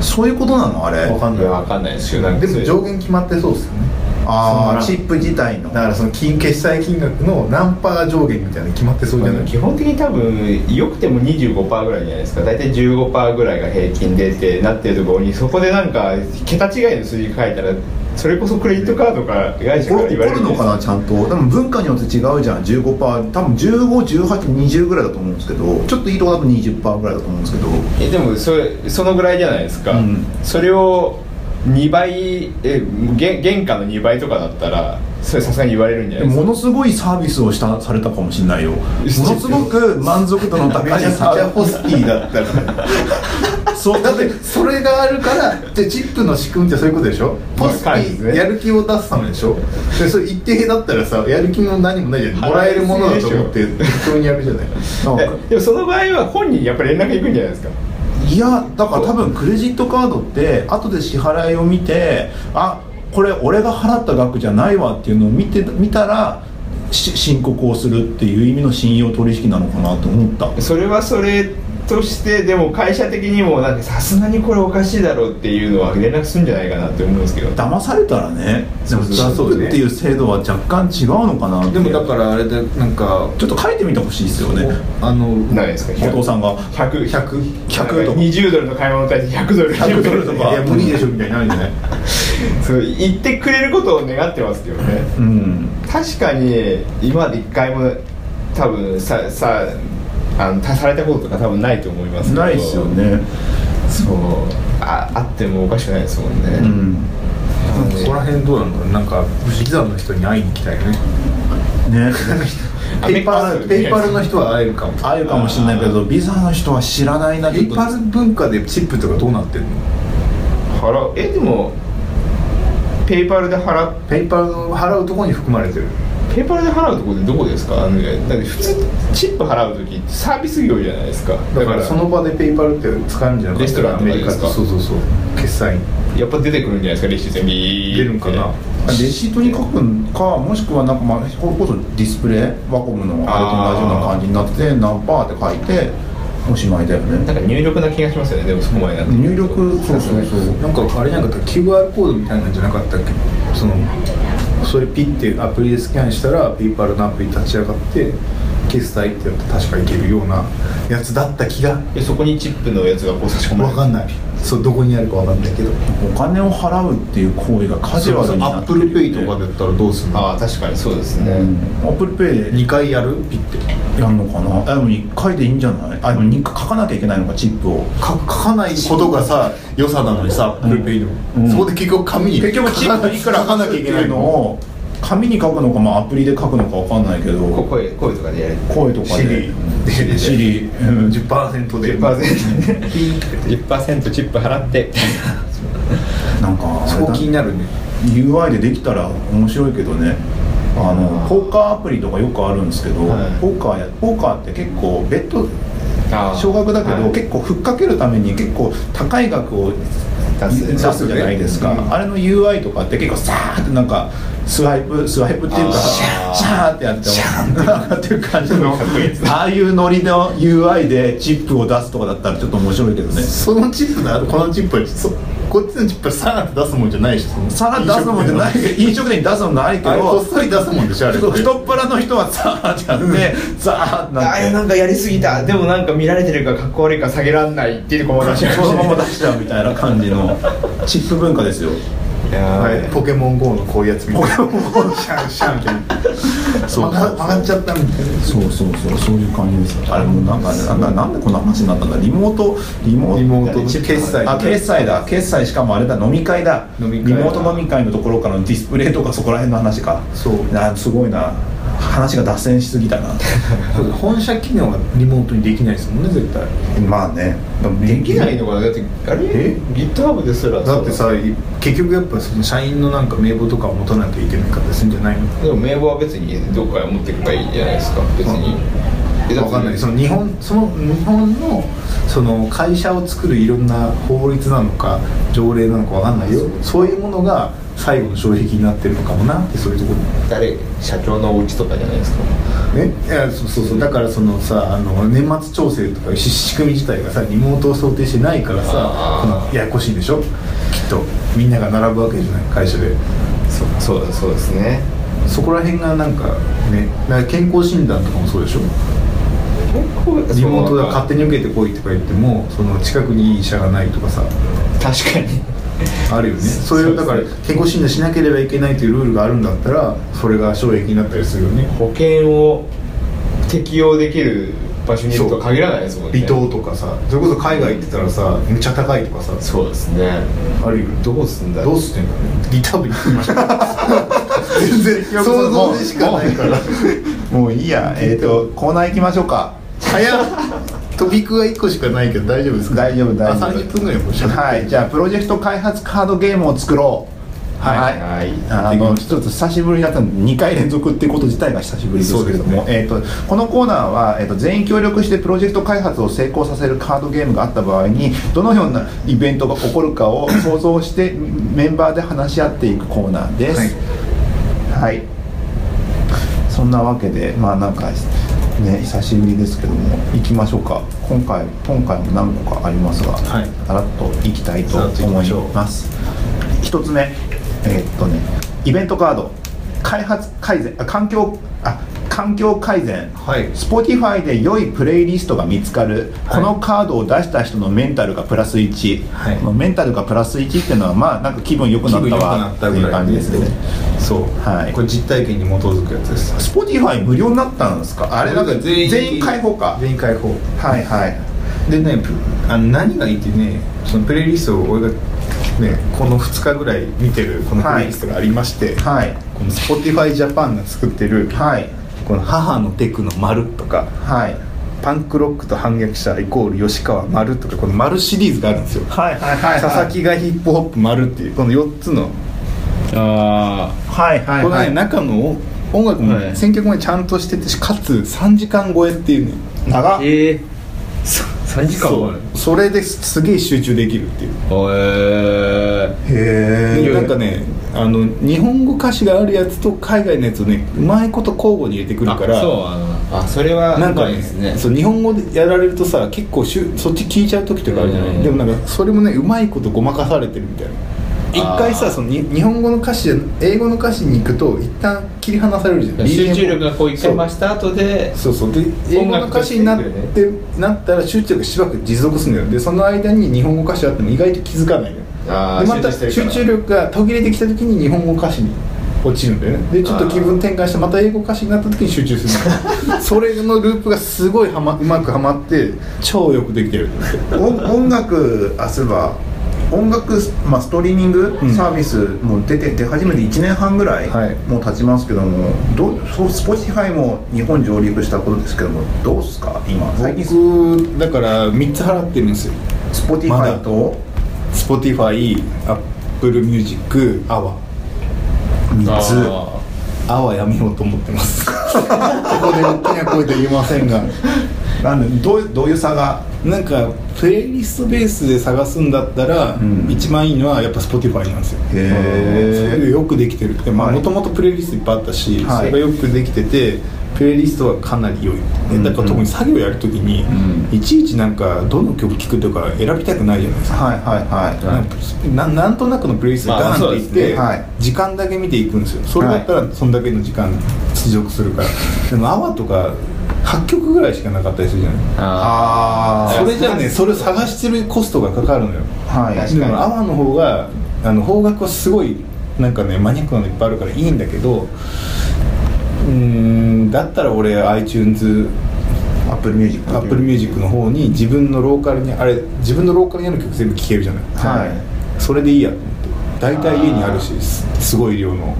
Speaker 1: そういうことなのあれ
Speaker 2: わかん
Speaker 3: い
Speaker 2: ない
Speaker 3: やわかんないですよなんか
Speaker 2: で
Speaker 3: そ
Speaker 2: も
Speaker 3: れ
Speaker 2: 上限決まってそうですよね
Speaker 1: あああ
Speaker 2: そ
Speaker 1: チ
Speaker 2: の
Speaker 1: ップ自体の
Speaker 2: だからその金決済金額の何パー上限みたいなの決まってそうじゃない
Speaker 3: 基本的に多分よくても25%ぐらいじゃないですか大体15%ぐらいが平均でってなってるところにそこでなんか桁違いの数字書いたらそれこそクレジットカードから会社か
Speaker 1: 怒
Speaker 3: ら
Speaker 1: る
Speaker 3: 言われるん
Speaker 1: の
Speaker 3: です
Speaker 1: かなちゃんとでも文化によって違うじゃん15パー多分151820ぐらいだと思うんですけどちょっといいとこだと20パーぐらいだと思うんですけど
Speaker 3: えでもそれそのぐらいじゃないですか、
Speaker 1: うん
Speaker 3: それを2倍えげ原価の2倍とかだったらそれさすがに言われるんじゃ
Speaker 1: で
Speaker 3: ない
Speaker 1: も
Speaker 3: ですか
Speaker 1: ものすごいサービスをしたされたかもしれないよものすごく満足度の高
Speaker 2: め
Speaker 1: い
Speaker 2: ちゃくち
Speaker 1: サ
Speaker 2: ゃ
Speaker 1: ー
Speaker 2: ホスティだったから
Speaker 1: ビスそうだ
Speaker 2: だ
Speaker 1: っ
Speaker 2: っててそれがあるからでチップの仕組みってそういうことでしょ
Speaker 3: まあ
Speaker 2: ホステ
Speaker 3: そうですね
Speaker 2: ィやる気を出すためでしょでそれ一定だったらさやる気も何もないじゃんもらえるものだと思って適当にやるじゃない
Speaker 1: なんか
Speaker 3: えでもその場合は本人にやっぱり連絡が行くんじゃないですか
Speaker 1: いやだから多分クレジットカードって後で支払いを見てあこれ俺が払った額じゃないわっていうのを見て見たらし申告をするっていう意味の信用取引なのかなと思った
Speaker 3: それはそれとしてでも会社的にもなんかさすがにこれおかしいだろうっていうのは連絡するんじゃないかなって思うんですけど
Speaker 1: 騙されたらねでも
Speaker 2: そうそうそう
Speaker 1: チップっていう制度は若干違うのかなって
Speaker 2: でもだからあれでなんか
Speaker 1: ちょっと書いてみてほしいですよね
Speaker 2: あの
Speaker 3: ないですか
Speaker 1: 後藤さんが
Speaker 3: 100
Speaker 2: 100
Speaker 1: 100とか
Speaker 3: 20ドルの買い物に対して100ドル
Speaker 1: 100ドルとか
Speaker 2: いや無理でしょみたいになるんじゃない
Speaker 3: そう言ってくれることを願ってますけどね
Speaker 1: うん
Speaker 3: 確かに今まで一回も多分ささあの足されたこととか多分ないと思いますけど
Speaker 1: ないですよね
Speaker 3: そうああってもおかしくないですもんね、
Speaker 1: うん
Speaker 3: なんで
Speaker 2: そこら辺どうなんだろうなんか不思議山の人に会いに行きたいね
Speaker 1: ね
Speaker 3: あ
Speaker 2: ペイパルペイパルの人は会えるかも
Speaker 1: あるかもしれないけ どビザの人は知らないな
Speaker 2: ペイパル文化でチップとかどうなってんの
Speaker 3: 払うえでもペイパルで払っ
Speaker 2: ペイパルの払うとこに含まれてる
Speaker 3: ペイパルで払うとこってどこですかあのねだって普通チップ払う時ってサービス業じゃないですか
Speaker 2: だ
Speaker 3: だか
Speaker 2: から
Speaker 3: ら
Speaker 2: その場でペイパルって使うんじゃなか
Speaker 3: レス
Speaker 2: った
Speaker 3: トラン
Speaker 2: ア
Speaker 3: とか
Speaker 2: メリカ
Speaker 3: ですか
Speaker 2: そうそうそう決済
Speaker 3: やっぱ出てくるんじゃないですかレシートにビーって
Speaker 2: 出るんかな
Speaker 1: レシートに書くんかもしくはなんか、まあ、これこそディスプレイワコムのあれと同じような感じになってて何パーって書いておしまいだよ
Speaker 3: な
Speaker 1: ね
Speaker 3: んか入力な気がしますよねでもそこまでなってくると
Speaker 1: 入力そうそうそう
Speaker 2: なんかあれじゃなかった QR コードみたいなんじゃなかったっけそのそれピッてアプリでスキャンしたらペイパルのアプリ立ち上がって決済ってやったら確かいけるようなやつだった気が
Speaker 3: でそこにチップのやつがこう差し込まれ
Speaker 2: 分かんないそうどこにあるか分かんないけど
Speaker 1: お金を払うっていう行為がカジュアルにな
Speaker 2: アッ
Speaker 1: って
Speaker 2: プ
Speaker 1: るよ
Speaker 2: ルペイ
Speaker 1: ね
Speaker 2: とかだったらどうすんの
Speaker 3: ああ確かにそうですね、
Speaker 1: うんアップルペイで
Speaker 2: 2回やるピッて
Speaker 1: やるのかなあでも1回でいいんじゃないあでも2回書かなきゃいけないのかチップを
Speaker 2: か書かないことがさ良さなのにさアップルペイでも、
Speaker 1: うん
Speaker 2: そこで結局紙に
Speaker 1: 結局チップいくら
Speaker 2: 書かなきゃいけない
Speaker 1: の
Speaker 2: の
Speaker 1: を紙に書くのか、まあ、アプリで書くのかわかんないけど
Speaker 3: こ声声とかでやる
Speaker 1: 声とかで
Speaker 2: Siri
Speaker 1: シリうん
Speaker 2: 10%で
Speaker 3: 10%
Speaker 2: ピンって
Speaker 3: 10%チップ払って
Speaker 1: なんかあ
Speaker 2: そ
Speaker 1: れ
Speaker 2: こ
Speaker 1: だ
Speaker 2: 気になるね
Speaker 1: UI でできたら面白いけどねあのポーカーアプリとかよくあるんですけど、
Speaker 3: はい
Speaker 1: ポーカーやポーカーって結構ベッド
Speaker 3: あー
Speaker 1: 少額だけど、
Speaker 3: はい
Speaker 1: 結構ふっかけるために結構高い額を
Speaker 3: 出す
Speaker 1: 出すじゃないですか、
Speaker 3: 出すよねうん
Speaker 1: あれの UI とかって結構さーってなんかスワイプスワイプっていうかシャー
Speaker 3: あー
Speaker 1: シャーってやって上がってる感じの
Speaker 3: かっこいいやつ
Speaker 1: ああいうノリの UI でチップを出すとかだったらちょっと面白いけどね
Speaker 2: そのチップのこのチップはそこっちのチップはさらって出すもんじゃないし
Speaker 1: さらに出すもんじゃない飲食店に出すもんないけ
Speaker 2: あれこ
Speaker 1: ど
Speaker 2: っそり出すもんでしょあれって
Speaker 1: 太っ腹の人はザーってやってザーって
Speaker 3: あれ
Speaker 1: な
Speaker 3: な
Speaker 1: って
Speaker 3: んかやりすぎたでもなんか見られてるからかっこ悪いから下げらんないっていうとこも出し
Speaker 1: そのまま出しちゃうみたいな感じのチップ文化ですよ
Speaker 2: はいポケモン GO のこういうやつみたいなポケモン GO シャンシャンみたいな
Speaker 1: そう
Speaker 2: 曲が曲がっちゃったみたいな
Speaker 1: そうそうそうそういう感じですあれもうなんかなんかなんでこんな話になったんだリモートリモート
Speaker 2: リモート決済
Speaker 1: あ決済だ決済しかもあれだ飲み会だ
Speaker 2: 飲み会だ
Speaker 1: リモート飲み会のところからのディスプレイとかそこら辺の話か
Speaker 2: そう
Speaker 1: あすごいな話が脱線しすぎた な
Speaker 2: 本社機能がリモートにできないですもんね絶対
Speaker 1: まあね
Speaker 3: できないのかなだってあれ
Speaker 2: え
Speaker 3: GitHub ですら
Speaker 2: だってさい結局やっぱその社員のなんか名簿とかを持たなきゃいけないからするんじゃないの
Speaker 3: でも名簿は別にどっかへ持ってくればいいじゃないですか別にえだっ
Speaker 2: 分
Speaker 3: て
Speaker 2: かんないその日本その日本のその会社を作るいろんな法律なのか条例なのか分かんないよそういうものが最後の障壁になってるのかもなってそういうところ
Speaker 3: 誰社長のお家とかじゃないですか
Speaker 2: ねいやそうそうそうだからそのさあの年末調整とかいうし仕組み自体がさリモートを想定してないからさ
Speaker 3: あー
Speaker 2: このややこしいんでしょきっとみんなが並ぶわけじゃない会社で
Speaker 3: そっそうだそうですね
Speaker 2: そこら辺がなんかねなんか健康診断とかもそうでしょ
Speaker 3: 結構
Speaker 2: リモートだ勝手に受けてこいとか言ってもその近くにいい医者がないとかさ
Speaker 3: 確かに
Speaker 2: あるよねそれ
Speaker 3: そう
Speaker 2: を
Speaker 3: で
Speaker 2: だ
Speaker 3: すね
Speaker 2: から健康診断しなければいけないというルールがあるんだったらそれが障壁になったりするよね
Speaker 3: 保険を適用できる場所にいるとは限らないですもんね
Speaker 2: 離島とかさそれこそ海外行ってたらさめっちゃ高いとかさ
Speaker 3: そうですね
Speaker 2: あるよね
Speaker 3: どうすんだ
Speaker 2: どう
Speaker 3: す
Speaker 2: してんだろうねギター部に行きました 全然想像でしかないから
Speaker 1: もういいやえっ、とコーナー行きましょうか
Speaker 2: 早っトピックが1個しかないけど大丈夫ですか
Speaker 1: 大丈夫大丈夫
Speaker 2: あ30分ぐらいもうしゃべって
Speaker 1: はいじゃあプロジェクト開発カードゲームを作ろう
Speaker 2: はい
Speaker 3: はい
Speaker 1: あのちょっと久しぶりだったんで2回連続っていうこと自体が久しぶりですけれども、
Speaker 2: そう
Speaker 1: えー、とこのコーナーは、えー、と全員協力してプロジェクト開発を成功させるカードゲームがあった場合にどのようなイベントが起こるかを想像して メンバーで話し合っていくコーナーです。はいい、
Speaker 2: は
Speaker 1: そんなわけでまあなんかね久しぶりですけども行きましょうか今回今回も何個かありますが、
Speaker 2: はい
Speaker 1: さらっと行きたいと
Speaker 2: さらっと行き
Speaker 1: 思
Speaker 2: まし
Speaker 1: い
Speaker 2: ょう
Speaker 1: ます一つ目えーっとねイベントカード開発改善あ環境あ環境改善
Speaker 2: はい
Speaker 1: Spotify で良いプレイリストが見つかる、
Speaker 2: は
Speaker 1: こ
Speaker 2: い
Speaker 1: のカードを出した人のメンタルがプラス1、
Speaker 2: はい
Speaker 1: このメンタルがプラス1っていうのはまあなんか気分良く
Speaker 2: 気
Speaker 1: なっ
Speaker 2: 分
Speaker 1: た
Speaker 2: 良く
Speaker 1: わ
Speaker 2: な
Speaker 1: っ
Speaker 2: ってたぐ
Speaker 1: い
Speaker 2: ら
Speaker 1: う
Speaker 2: い
Speaker 1: 感じですね
Speaker 2: そう、
Speaker 1: はい
Speaker 2: これ実体験に基づくやつです
Speaker 1: Spotify 無料になったんですかあれなんか全員開放か
Speaker 2: 全員解放
Speaker 1: はいはい
Speaker 2: でねプあの何がいいってねそのプレイリストを俺がねこの2日ぐらい見てるこのプレイリストがありまして、
Speaker 1: はい
Speaker 2: この Spotify Japan が作ってる
Speaker 1: はい
Speaker 2: この「母のテクの丸」とか
Speaker 1: はい
Speaker 2: 「パンクロックと反逆者イコール吉川丸」とかこの「丸」シリーズがあるんですよ
Speaker 1: はいはいはい
Speaker 2: 佐々木がヒップホップ丸っていうこの4つの
Speaker 3: あ
Speaker 1: はいはい
Speaker 2: この
Speaker 1: はい
Speaker 2: ね中の音楽も
Speaker 3: はい
Speaker 2: 選曲もねちゃんとしててかつ3時間超えっていうね
Speaker 1: 長っ
Speaker 3: ええ3時間もある
Speaker 2: そうそれですげえ集中できるっていう
Speaker 1: へ
Speaker 3: へ
Speaker 1: え
Speaker 2: でなんかねあの日本語歌詞があるやつと海外のやつをねうまいこと交互に入れてく
Speaker 3: え
Speaker 2: るから
Speaker 3: そうあのあそれは
Speaker 2: なんか
Speaker 3: うまい
Speaker 2: ね
Speaker 3: ですね
Speaker 2: そう日本語でやられるとさ結構しゅそっち聞いちゃう時とかあるじゃない、
Speaker 3: うん
Speaker 2: でもなんかそれもねうまいことごまかされてるみたいな
Speaker 3: あー
Speaker 2: 一回さそのに日本語の歌詞じゃ英語の歌詞に行くと一旦切り離されるじゃん
Speaker 3: 集中力がこう一回増
Speaker 2: し
Speaker 3: した後で
Speaker 2: そうそうで英語の歌詞になって、
Speaker 3: 音楽
Speaker 2: なったら集中力がしばらく持続するんだよでその間に日本語歌詞あっても意外と気づかないのよ
Speaker 3: あ
Speaker 2: で
Speaker 3: ー
Speaker 2: また
Speaker 3: 集中して
Speaker 2: 集中
Speaker 3: るから
Speaker 2: 力が途切れてきた時に日本語歌詞に落ちるんだよねでちょっと気分転換してまた英語歌詞になった時に集中するん だよそれのループがすごいはまうまくはまって超よくできてるんですよ
Speaker 1: 音音楽あそういえば音楽、まあ、ストリーミング
Speaker 2: うん
Speaker 1: サービスも出て出始めて1年半ぐらい
Speaker 2: はい
Speaker 1: もう経ちますけども、どうそうスポティファイも日本上陸したことですけどもどうっすか今最近
Speaker 2: 僕だから3つ払ってるんですよ
Speaker 1: スポティフ
Speaker 2: ま
Speaker 1: ァ
Speaker 2: だ
Speaker 1: イと
Speaker 2: Spotify、Apple Music、AWA
Speaker 1: 3つ
Speaker 3: あ
Speaker 2: アワやめようと思ってますこ こで大きな声で言えませんが
Speaker 1: なんでどうどういう差が
Speaker 2: なんかプレイリストベースで探すんだったら、
Speaker 1: ん
Speaker 2: 一番いいのはやっぱ Spotify なんですよ
Speaker 1: へー
Speaker 2: それがよくできてるっても
Speaker 1: はい
Speaker 2: ともとプレイリストいっぱいあったし、
Speaker 1: はい
Speaker 2: それがよくできててプレイリストはかなり良い、で
Speaker 1: うん
Speaker 2: だから特に作業やるときに、
Speaker 1: う
Speaker 2: いちいちなんかどの曲聴くとか選びたくないじゃないですか
Speaker 1: はいはいはい
Speaker 2: なんかななんとなくのプレイリストガーンっていっ
Speaker 3: まあそうで
Speaker 2: て、
Speaker 1: すねはい
Speaker 2: 時間だけ見ていくんですよそれだったらそんだけの時間持続するから、でもアワとか8曲ぐらいしかなかったりするじゃない
Speaker 3: ーあ
Speaker 1: あ
Speaker 2: それじゃねそれ探してるコストがかかるのよ
Speaker 1: あはい
Speaker 3: 確か
Speaker 2: で
Speaker 3: に
Speaker 2: もアワの方があの方角はすごいなんかねマニアックなのいっぱいあるからいいんだけどうーんだったら俺 iTunes
Speaker 1: アップルミュージック
Speaker 2: Apple Music の方に自分のローカルにあれ自分のローカルにある曲全部聴けるじゃない、
Speaker 1: はい
Speaker 2: それでいいやと思って大体家にあるしすすごい量の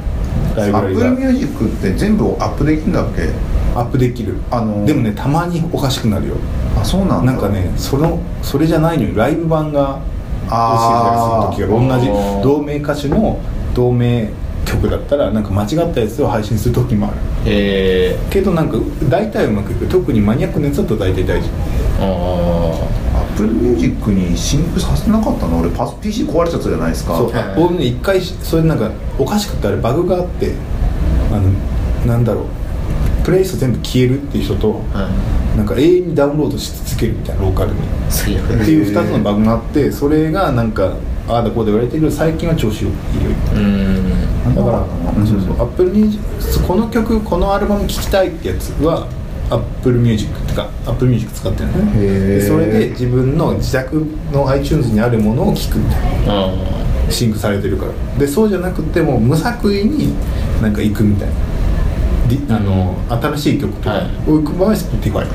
Speaker 2: ライブ
Speaker 1: ア
Speaker 2: ラリ
Speaker 1: ップルミ
Speaker 2: が
Speaker 1: ュージックって全部をアップできるんだっけ
Speaker 2: アップできる
Speaker 1: あのー
Speaker 2: でもねたまにおかしくなるよ
Speaker 1: あそうなんだ
Speaker 2: なんかねそのそれじゃないのにライブ版が
Speaker 1: あー
Speaker 2: 落ちてたりする時がある
Speaker 3: あ
Speaker 2: 同
Speaker 3: ー
Speaker 2: じ同名歌手の同名曲だったらなんか間違ったやつを配信する時もある
Speaker 3: へえ
Speaker 2: けどなんか大体うまくいく特にマニアックなやつだと大体大丈
Speaker 3: あ
Speaker 1: アップルミュージックにシンクさせなかったの俺パス PC 壊れちゃったじゃないですか
Speaker 2: 夫そう
Speaker 3: はいはい
Speaker 2: 僕ね一回しそれなんかおかしくてあれバグがあってあのなんだろうプレイリスト全部消えるっていう人と
Speaker 3: あ
Speaker 2: なんか永遠にダウンロードし続けるみたいなローカルに
Speaker 3: 最悪
Speaker 2: っていう2つのバグがあってそれがなんかああだこうだ言われてるけど最近は調子いいよ
Speaker 3: うん
Speaker 2: だから、
Speaker 1: うん
Speaker 2: そうそうアップルミュージックこの曲このアルバム聴きたいってやつはアップルミュージックってかアップルミュージック使ってるのね
Speaker 1: へー
Speaker 2: でそれで自分の自宅の iTunes にあるものを聴くみたい
Speaker 3: あ
Speaker 2: なシンクされてるからでそうじゃなくてもう無作為になんか行くみたいなリあの新しい曲とか
Speaker 3: はい
Speaker 2: を行く場合は Spotify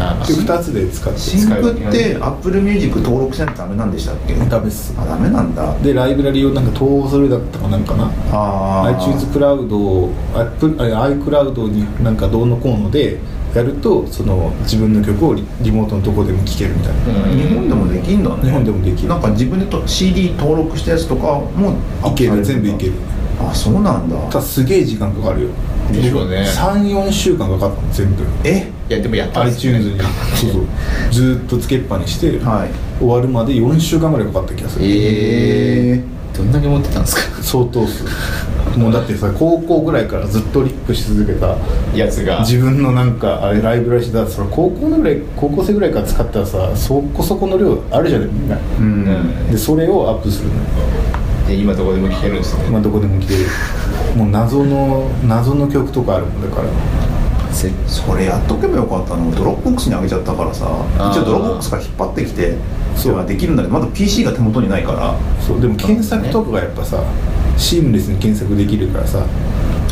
Speaker 3: あ
Speaker 2: で2つで使って
Speaker 1: シンクってアップルミュージック登録しないとダメなんでしたっけ
Speaker 2: ダメです
Speaker 1: あダメなんだ
Speaker 2: でライブラリをなんか統合するだったかなんかな
Speaker 1: ああ
Speaker 2: iTunes クラウドアップあ iCloud になんかどうのこうのでやるとその自分の曲をリリモートのとこでも聴けるみたいな、
Speaker 1: 日本でもできんだね
Speaker 2: 日本でもできる
Speaker 1: なんか自分でと CD 登録したやつとかも
Speaker 2: いける全部いける
Speaker 1: あそうなんだ
Speaker 2: ただすげえ時間かかるよ
Speaker 3: でしょうね
Speaker 2: 34週間かかったの全部
Speaker 1: え
Speaker 3: いやでもやったんですね
Speaker 2: iTunes にそうそうずーっとつけっぱにして、
Speaker 1: はい
Speaker 2: 終わるまで4週間ぐらいかかった気がする、
Speaker 3: ええどんだけ持ってたんですか
Speaker 2: 相当数もうだってさ高校ぐらいからずっとリップし続けた
Speaker 3: やつが
Speaker 2: 自分のなんかあれライブラシだそれ高校のぐらい高校生ぐらいから使ったらさそこそこの量あるじゃないみんな
Speaker 1: うん
Speaker 2: でそれをアップするのよ
Speaker 3: で今どこでも聴けるんですね
Speaker 2: まあどこでも聴けるもう謎の謎の曲とかあるもんだから
Speaker 3: せ
Speaker 1: それやっとけばよかったのドロップボックスにあげちゃったからさ
Speaker 3: あー
Speaker 1: 一応ドロップボックスから引っ張ってきて
Speaker 2: そう
Speaker 1: それができるんだけどまだ PC が手元にないから
Speaker 2: そうでも検索とかがやっぱさシームレスに検索できるからさ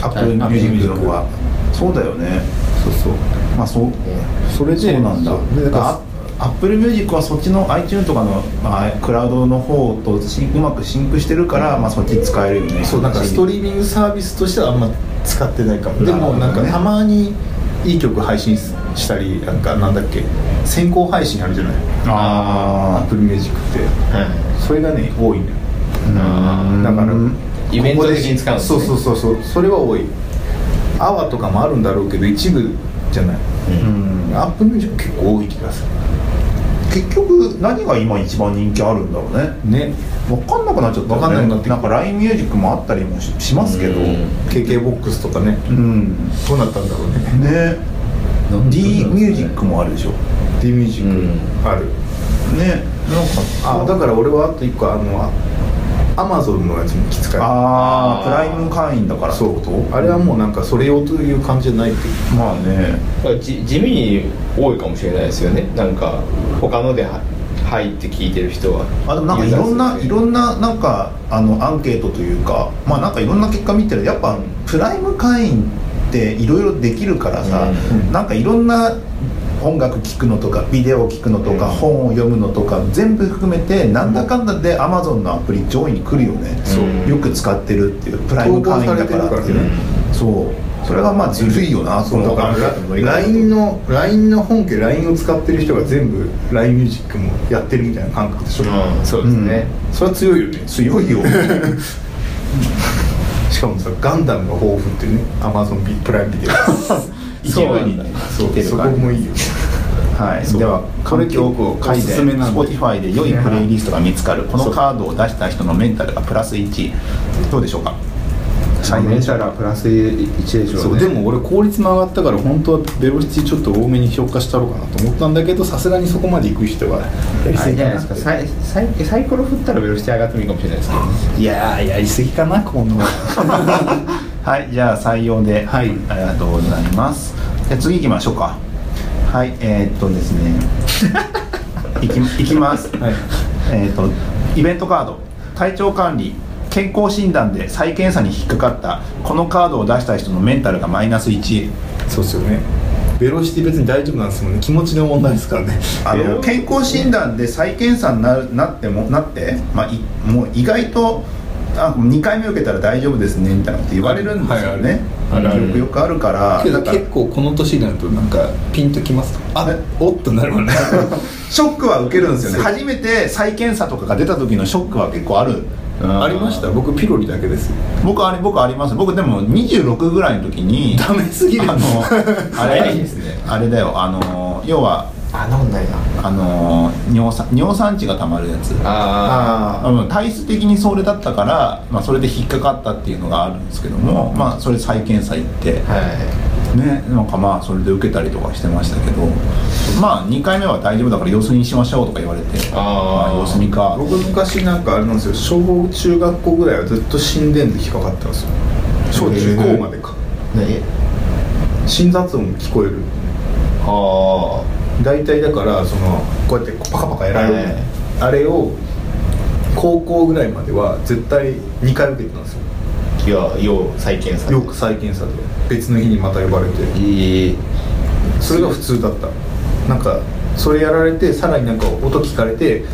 Speaker 1: アップルミュージックの方がそうだよね
Speaker 2: そうそう
Speaker 1: まあそう
Speaker 2: それで
Speaker 1: そうなんだ
Speaker 2: そうでだから
Speaker 1: あアップルミュージックはそっちの iTune とかの、まあ、クラウドの方とシンうまくシンクしてるから、まあ、そっち使えるよね
Speaker 2: そうなんかストリーミングサービスとしてはあんま使ってないかもでも
Speaker 1: な
Speaker 2: な
Speaker 1: る
Speaker 2: ん
Speaker 1: ほど
Speaker 2: か
Speaker 1: ね
Speaker 2: たまにいい曲配信したりなんかなんだっけ先行配信あるじゃないア
Speaker 1: あ
Speaker 2: ップルミュージックって
Speaker 3: は
Speaker 2: それがね多いね
Speaker 1: あ
Speaker 2: だから
Speaker 3: イベント的に使うん
Speaker 2: ここ
Speaker 3: で
Speaker 2: ですそうそ
Speaker 3: ね
Speaker 2: うそうそうそれは多いアワーとかもあるんだろうけど一部じゃない
Speaker 1: うん
Speaker 2: アップルミュージック結構多い気がする
Speaker 1: 結局何が今一番人気あるんだろうね
Speaker 2: ね
Speaker 1: 分かんなくなっちゃったよね
Speaker 2: わかんなくなってき
Speaker 1: な
Speaker 2: た
Speaker 1: んか LINE ミュージックもあったりもししますけど
Speaker 3: う
Speaker 1: うんん、
Speaker 2: KK ボックスとかねどうなったんだろうね
Speaker 1: ね
Speaker 3: なんで
Speaker 1: D ミュージックもあるでしょ
Speaker 2: D ミュージ
Speaker 3: い
Speaker 2: ックある、
Speaker 1: ねなんか
Speaker 2: あだから俺はあと一個あのアマゾンのやつもきつかった
Speaker 1: ああ
Speaker 3: あ
Speaker 1: ー
Speaker 3: ー
Speaker 1: プライム会員だからって
Speaker 2: そ
Speaker 1: こと
Speaker 2: うあれはもうなんかそれ用という感じじゃないっていう
Speaker 1: まあね
Speaker 3: じ地味に多いかもしれないですよねなんか他のでは入って聞いてる人は
Speaker 1: あでもなんかいろんないろ
Speaker 3: ん
Speaker 1: んななんかあのアンケートというかまあなんかいろんな結果見てるやっぱプライム会員っていろいろできるからさ、
Speaker 2: うん
Speaker 1: なんかいろんな音楽聴くのとかビデオ聴くのとか、
Speaker 3: うん
Speaker 1: 本を読むのとか全部含めてなんだかんだで Amazon のアプリ上位に来るよね、
Speaker 3: そう
Speaker 1: よく使ってるっていうプライム会員だからっていう、
Speaker 2: 統合されてる
Speaker 1: そうそれがまあずるいよなそ
Speaker 2: そう
Speaker 1: の
Speaker 2: だか
Speaker 1: 考え
Speaker 2: ら
Speaker 1: 方
Speaker 2: LINE の LINE の本家 LINE を使ってる人が全部 LINE ミュージックもやってるみたいな感覚でしょ、
Speaker 3: うんそうですね、
Speaker 2: それは強いよね
Speaker 1: 強いよ
Speaker 2: しかもさガンダムが豊富っていうねアマゾンプライムビデオ
Speaker 3: そうなんだ
Speaker 2: そう
Speaker 3: 聞いてる
Speaker 2: そ
Speaker 3: か
Speaker 2: こ
Speaker 3: ら
Speaker 2: もいいよ
Speaker 1: はい、
Speaker 2: そう
Speaker 1: では
Speaker 2: これ
Speaker 1: 環境を改
Speaker 2: おす
Speaker 1: 善
Speaker 2: すめなんで
Speaker 1: Spotify で良いプレイリストが見つかるこのカードを出した人のメンタルがプラス1どうでしょうか最年
Speaker 3: たらプラス1でし
Speaker 2: そうでも俺効率も上がったから本当はベロシティちょっと多めに評価したろうかなと思ったんだけどさすがにそこまで行く人はやり
Speaker 3: あ
Speaker 2: す
Speaker 3: れ
Speaker 2: ぎ
Speaker 3: じ
Speaker 2: か
Speaker 3: ゃないで
Speaker 2: な
Speaker 3: すかサイサイサイコロ振ったらベロシティ上がってもいいかもしれないですけど
Speaker 2: いやーやりすぎかなこの
Speaker 1: はいじゃあ採用ではいありがとうございますじゃあ次行きましょうかはいえーっとですね いきいきます、
Speaker 2: はい
Speaker 1: えーっとイベントカード体調管理健康診断で再検査に引っかかったこのカードを出した人のメンタルがマイナス1
Speaker 2: そうですよねベロシティ別に大丈夫なんですもんね気持ちの問題ですからね
Speaker 1: あ
Speaker 3: え
Speaker 1: の
Speaker 3: ー
Speaker 1: 健康診断で再検査になるなってもなって、まあ、いもう意外とあ2回目受けたら大丈夫ですねみたいなこと言われるんですよね、
Speaker 2: はいはいあるある
Speaker 1: よくよくあるから
Speaker 2: けど
Speaker 1: だから
Speaker 2: 結構この年になるとなんかピンときますあおっとなるもんね
Speaker 1: ショックは受けるんですよね初めて再検査とかが出た時のショックは結構ある
Speaker 2: ありました僕ピロリだけです
Speaker 1: 僕あれ僕あります僕でも26ぐらいの時に
Speaker 2: ダメすぎる
Speaker 1: あ のあれ
Speaker 3: 早いですね
Speaker 1: あれだよあの要は
Speaker 3: あ飲んだよ
Speaker 1: あの尿酸尿酸値がたまるやつ
Speaker 3: あ
Speaker 2: あ
Speaker 1: うん体質的にそれだったから、まあ、それで引っかかったっていうのがあるんですけども、まあ、それ再検査行って
Speaker 3: あはい
Speaker 1: ねなんかまあそれで受けたりとかしてましたけどまあ2回目は大丈夫だから様子見しましょうとか言われて
Speaker 3: あー
Speaker 1: ま様子見か
Speaker 2: 僕昔なんかあれなんですよ小中学校ぐらいはずっと心電図引っかかったんですよ小中高までか
Speaker 3: ね
Speaker 2: 心雑音聞こえる
Speaker 3: あ
Speaker 2: 大体だからそのこうやってパカパカやられる、
Speaker 3: はい
Speaker 2: あれを高校ぐらいまでは絶対2回受けてたんですよ
Speaker 3: あいやよう再建され
Speaker 2: よ
Speaker 3: て
Speaker 2: く再検査で別の日にまた呼ばれて
Speaker 3: ええ
Speaker 2: それが普通だったなんかそれやられてさらになんか音聞かれて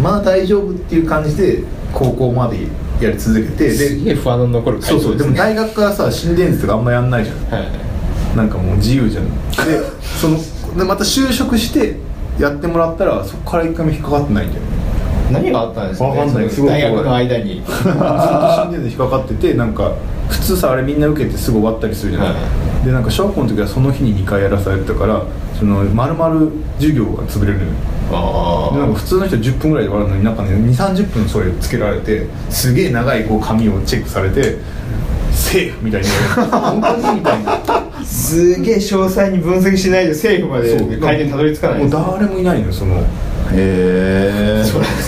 Speaker 2: まあ大丈夫っていう感じで高校までやり続けてで
Speaker 3: すげえ不安の残る回
Speaker 2: そうそうでも大学からさ心電図とかあんまやんないじゃん
Speaker 3: はい
Speaker 2: なんかもう自由じゃんでそのでまた就職してやってもらったらそこから一回も引っかかってないんだよね
Speaker 3: 何があったんですか、ね、
Speaker 2: わかんない
Speaker 3: その大
Speaker 2: すごい
Speaker 3: 学の間に
Speaker 2: ずっと心電図引っかかっててなんか普通さあれみんな受けてすぐ終わったりするじゃない、
Speaker 3: は
Speaker 2: でなんか小学校の時はその日に2回やらされてたからその丸々授業が潰れるのよ
Speaker 3: あ
Speaker 2: でなんか普通の人10分ぐらいで終わるのになんかね2 3 0分それつけられてすげえ長いこう紙をチェックされてセーフみたいに言われる本当にみたいな
Speaker 3: すげえ詳細に分析しないで政府まで会見たどり着かない
Speaker 2: も
Speaker 3: で
Speaker 2: う
Speaker 3: す
Speaker 2: 誰もいないのよその
Speaker 1: へえ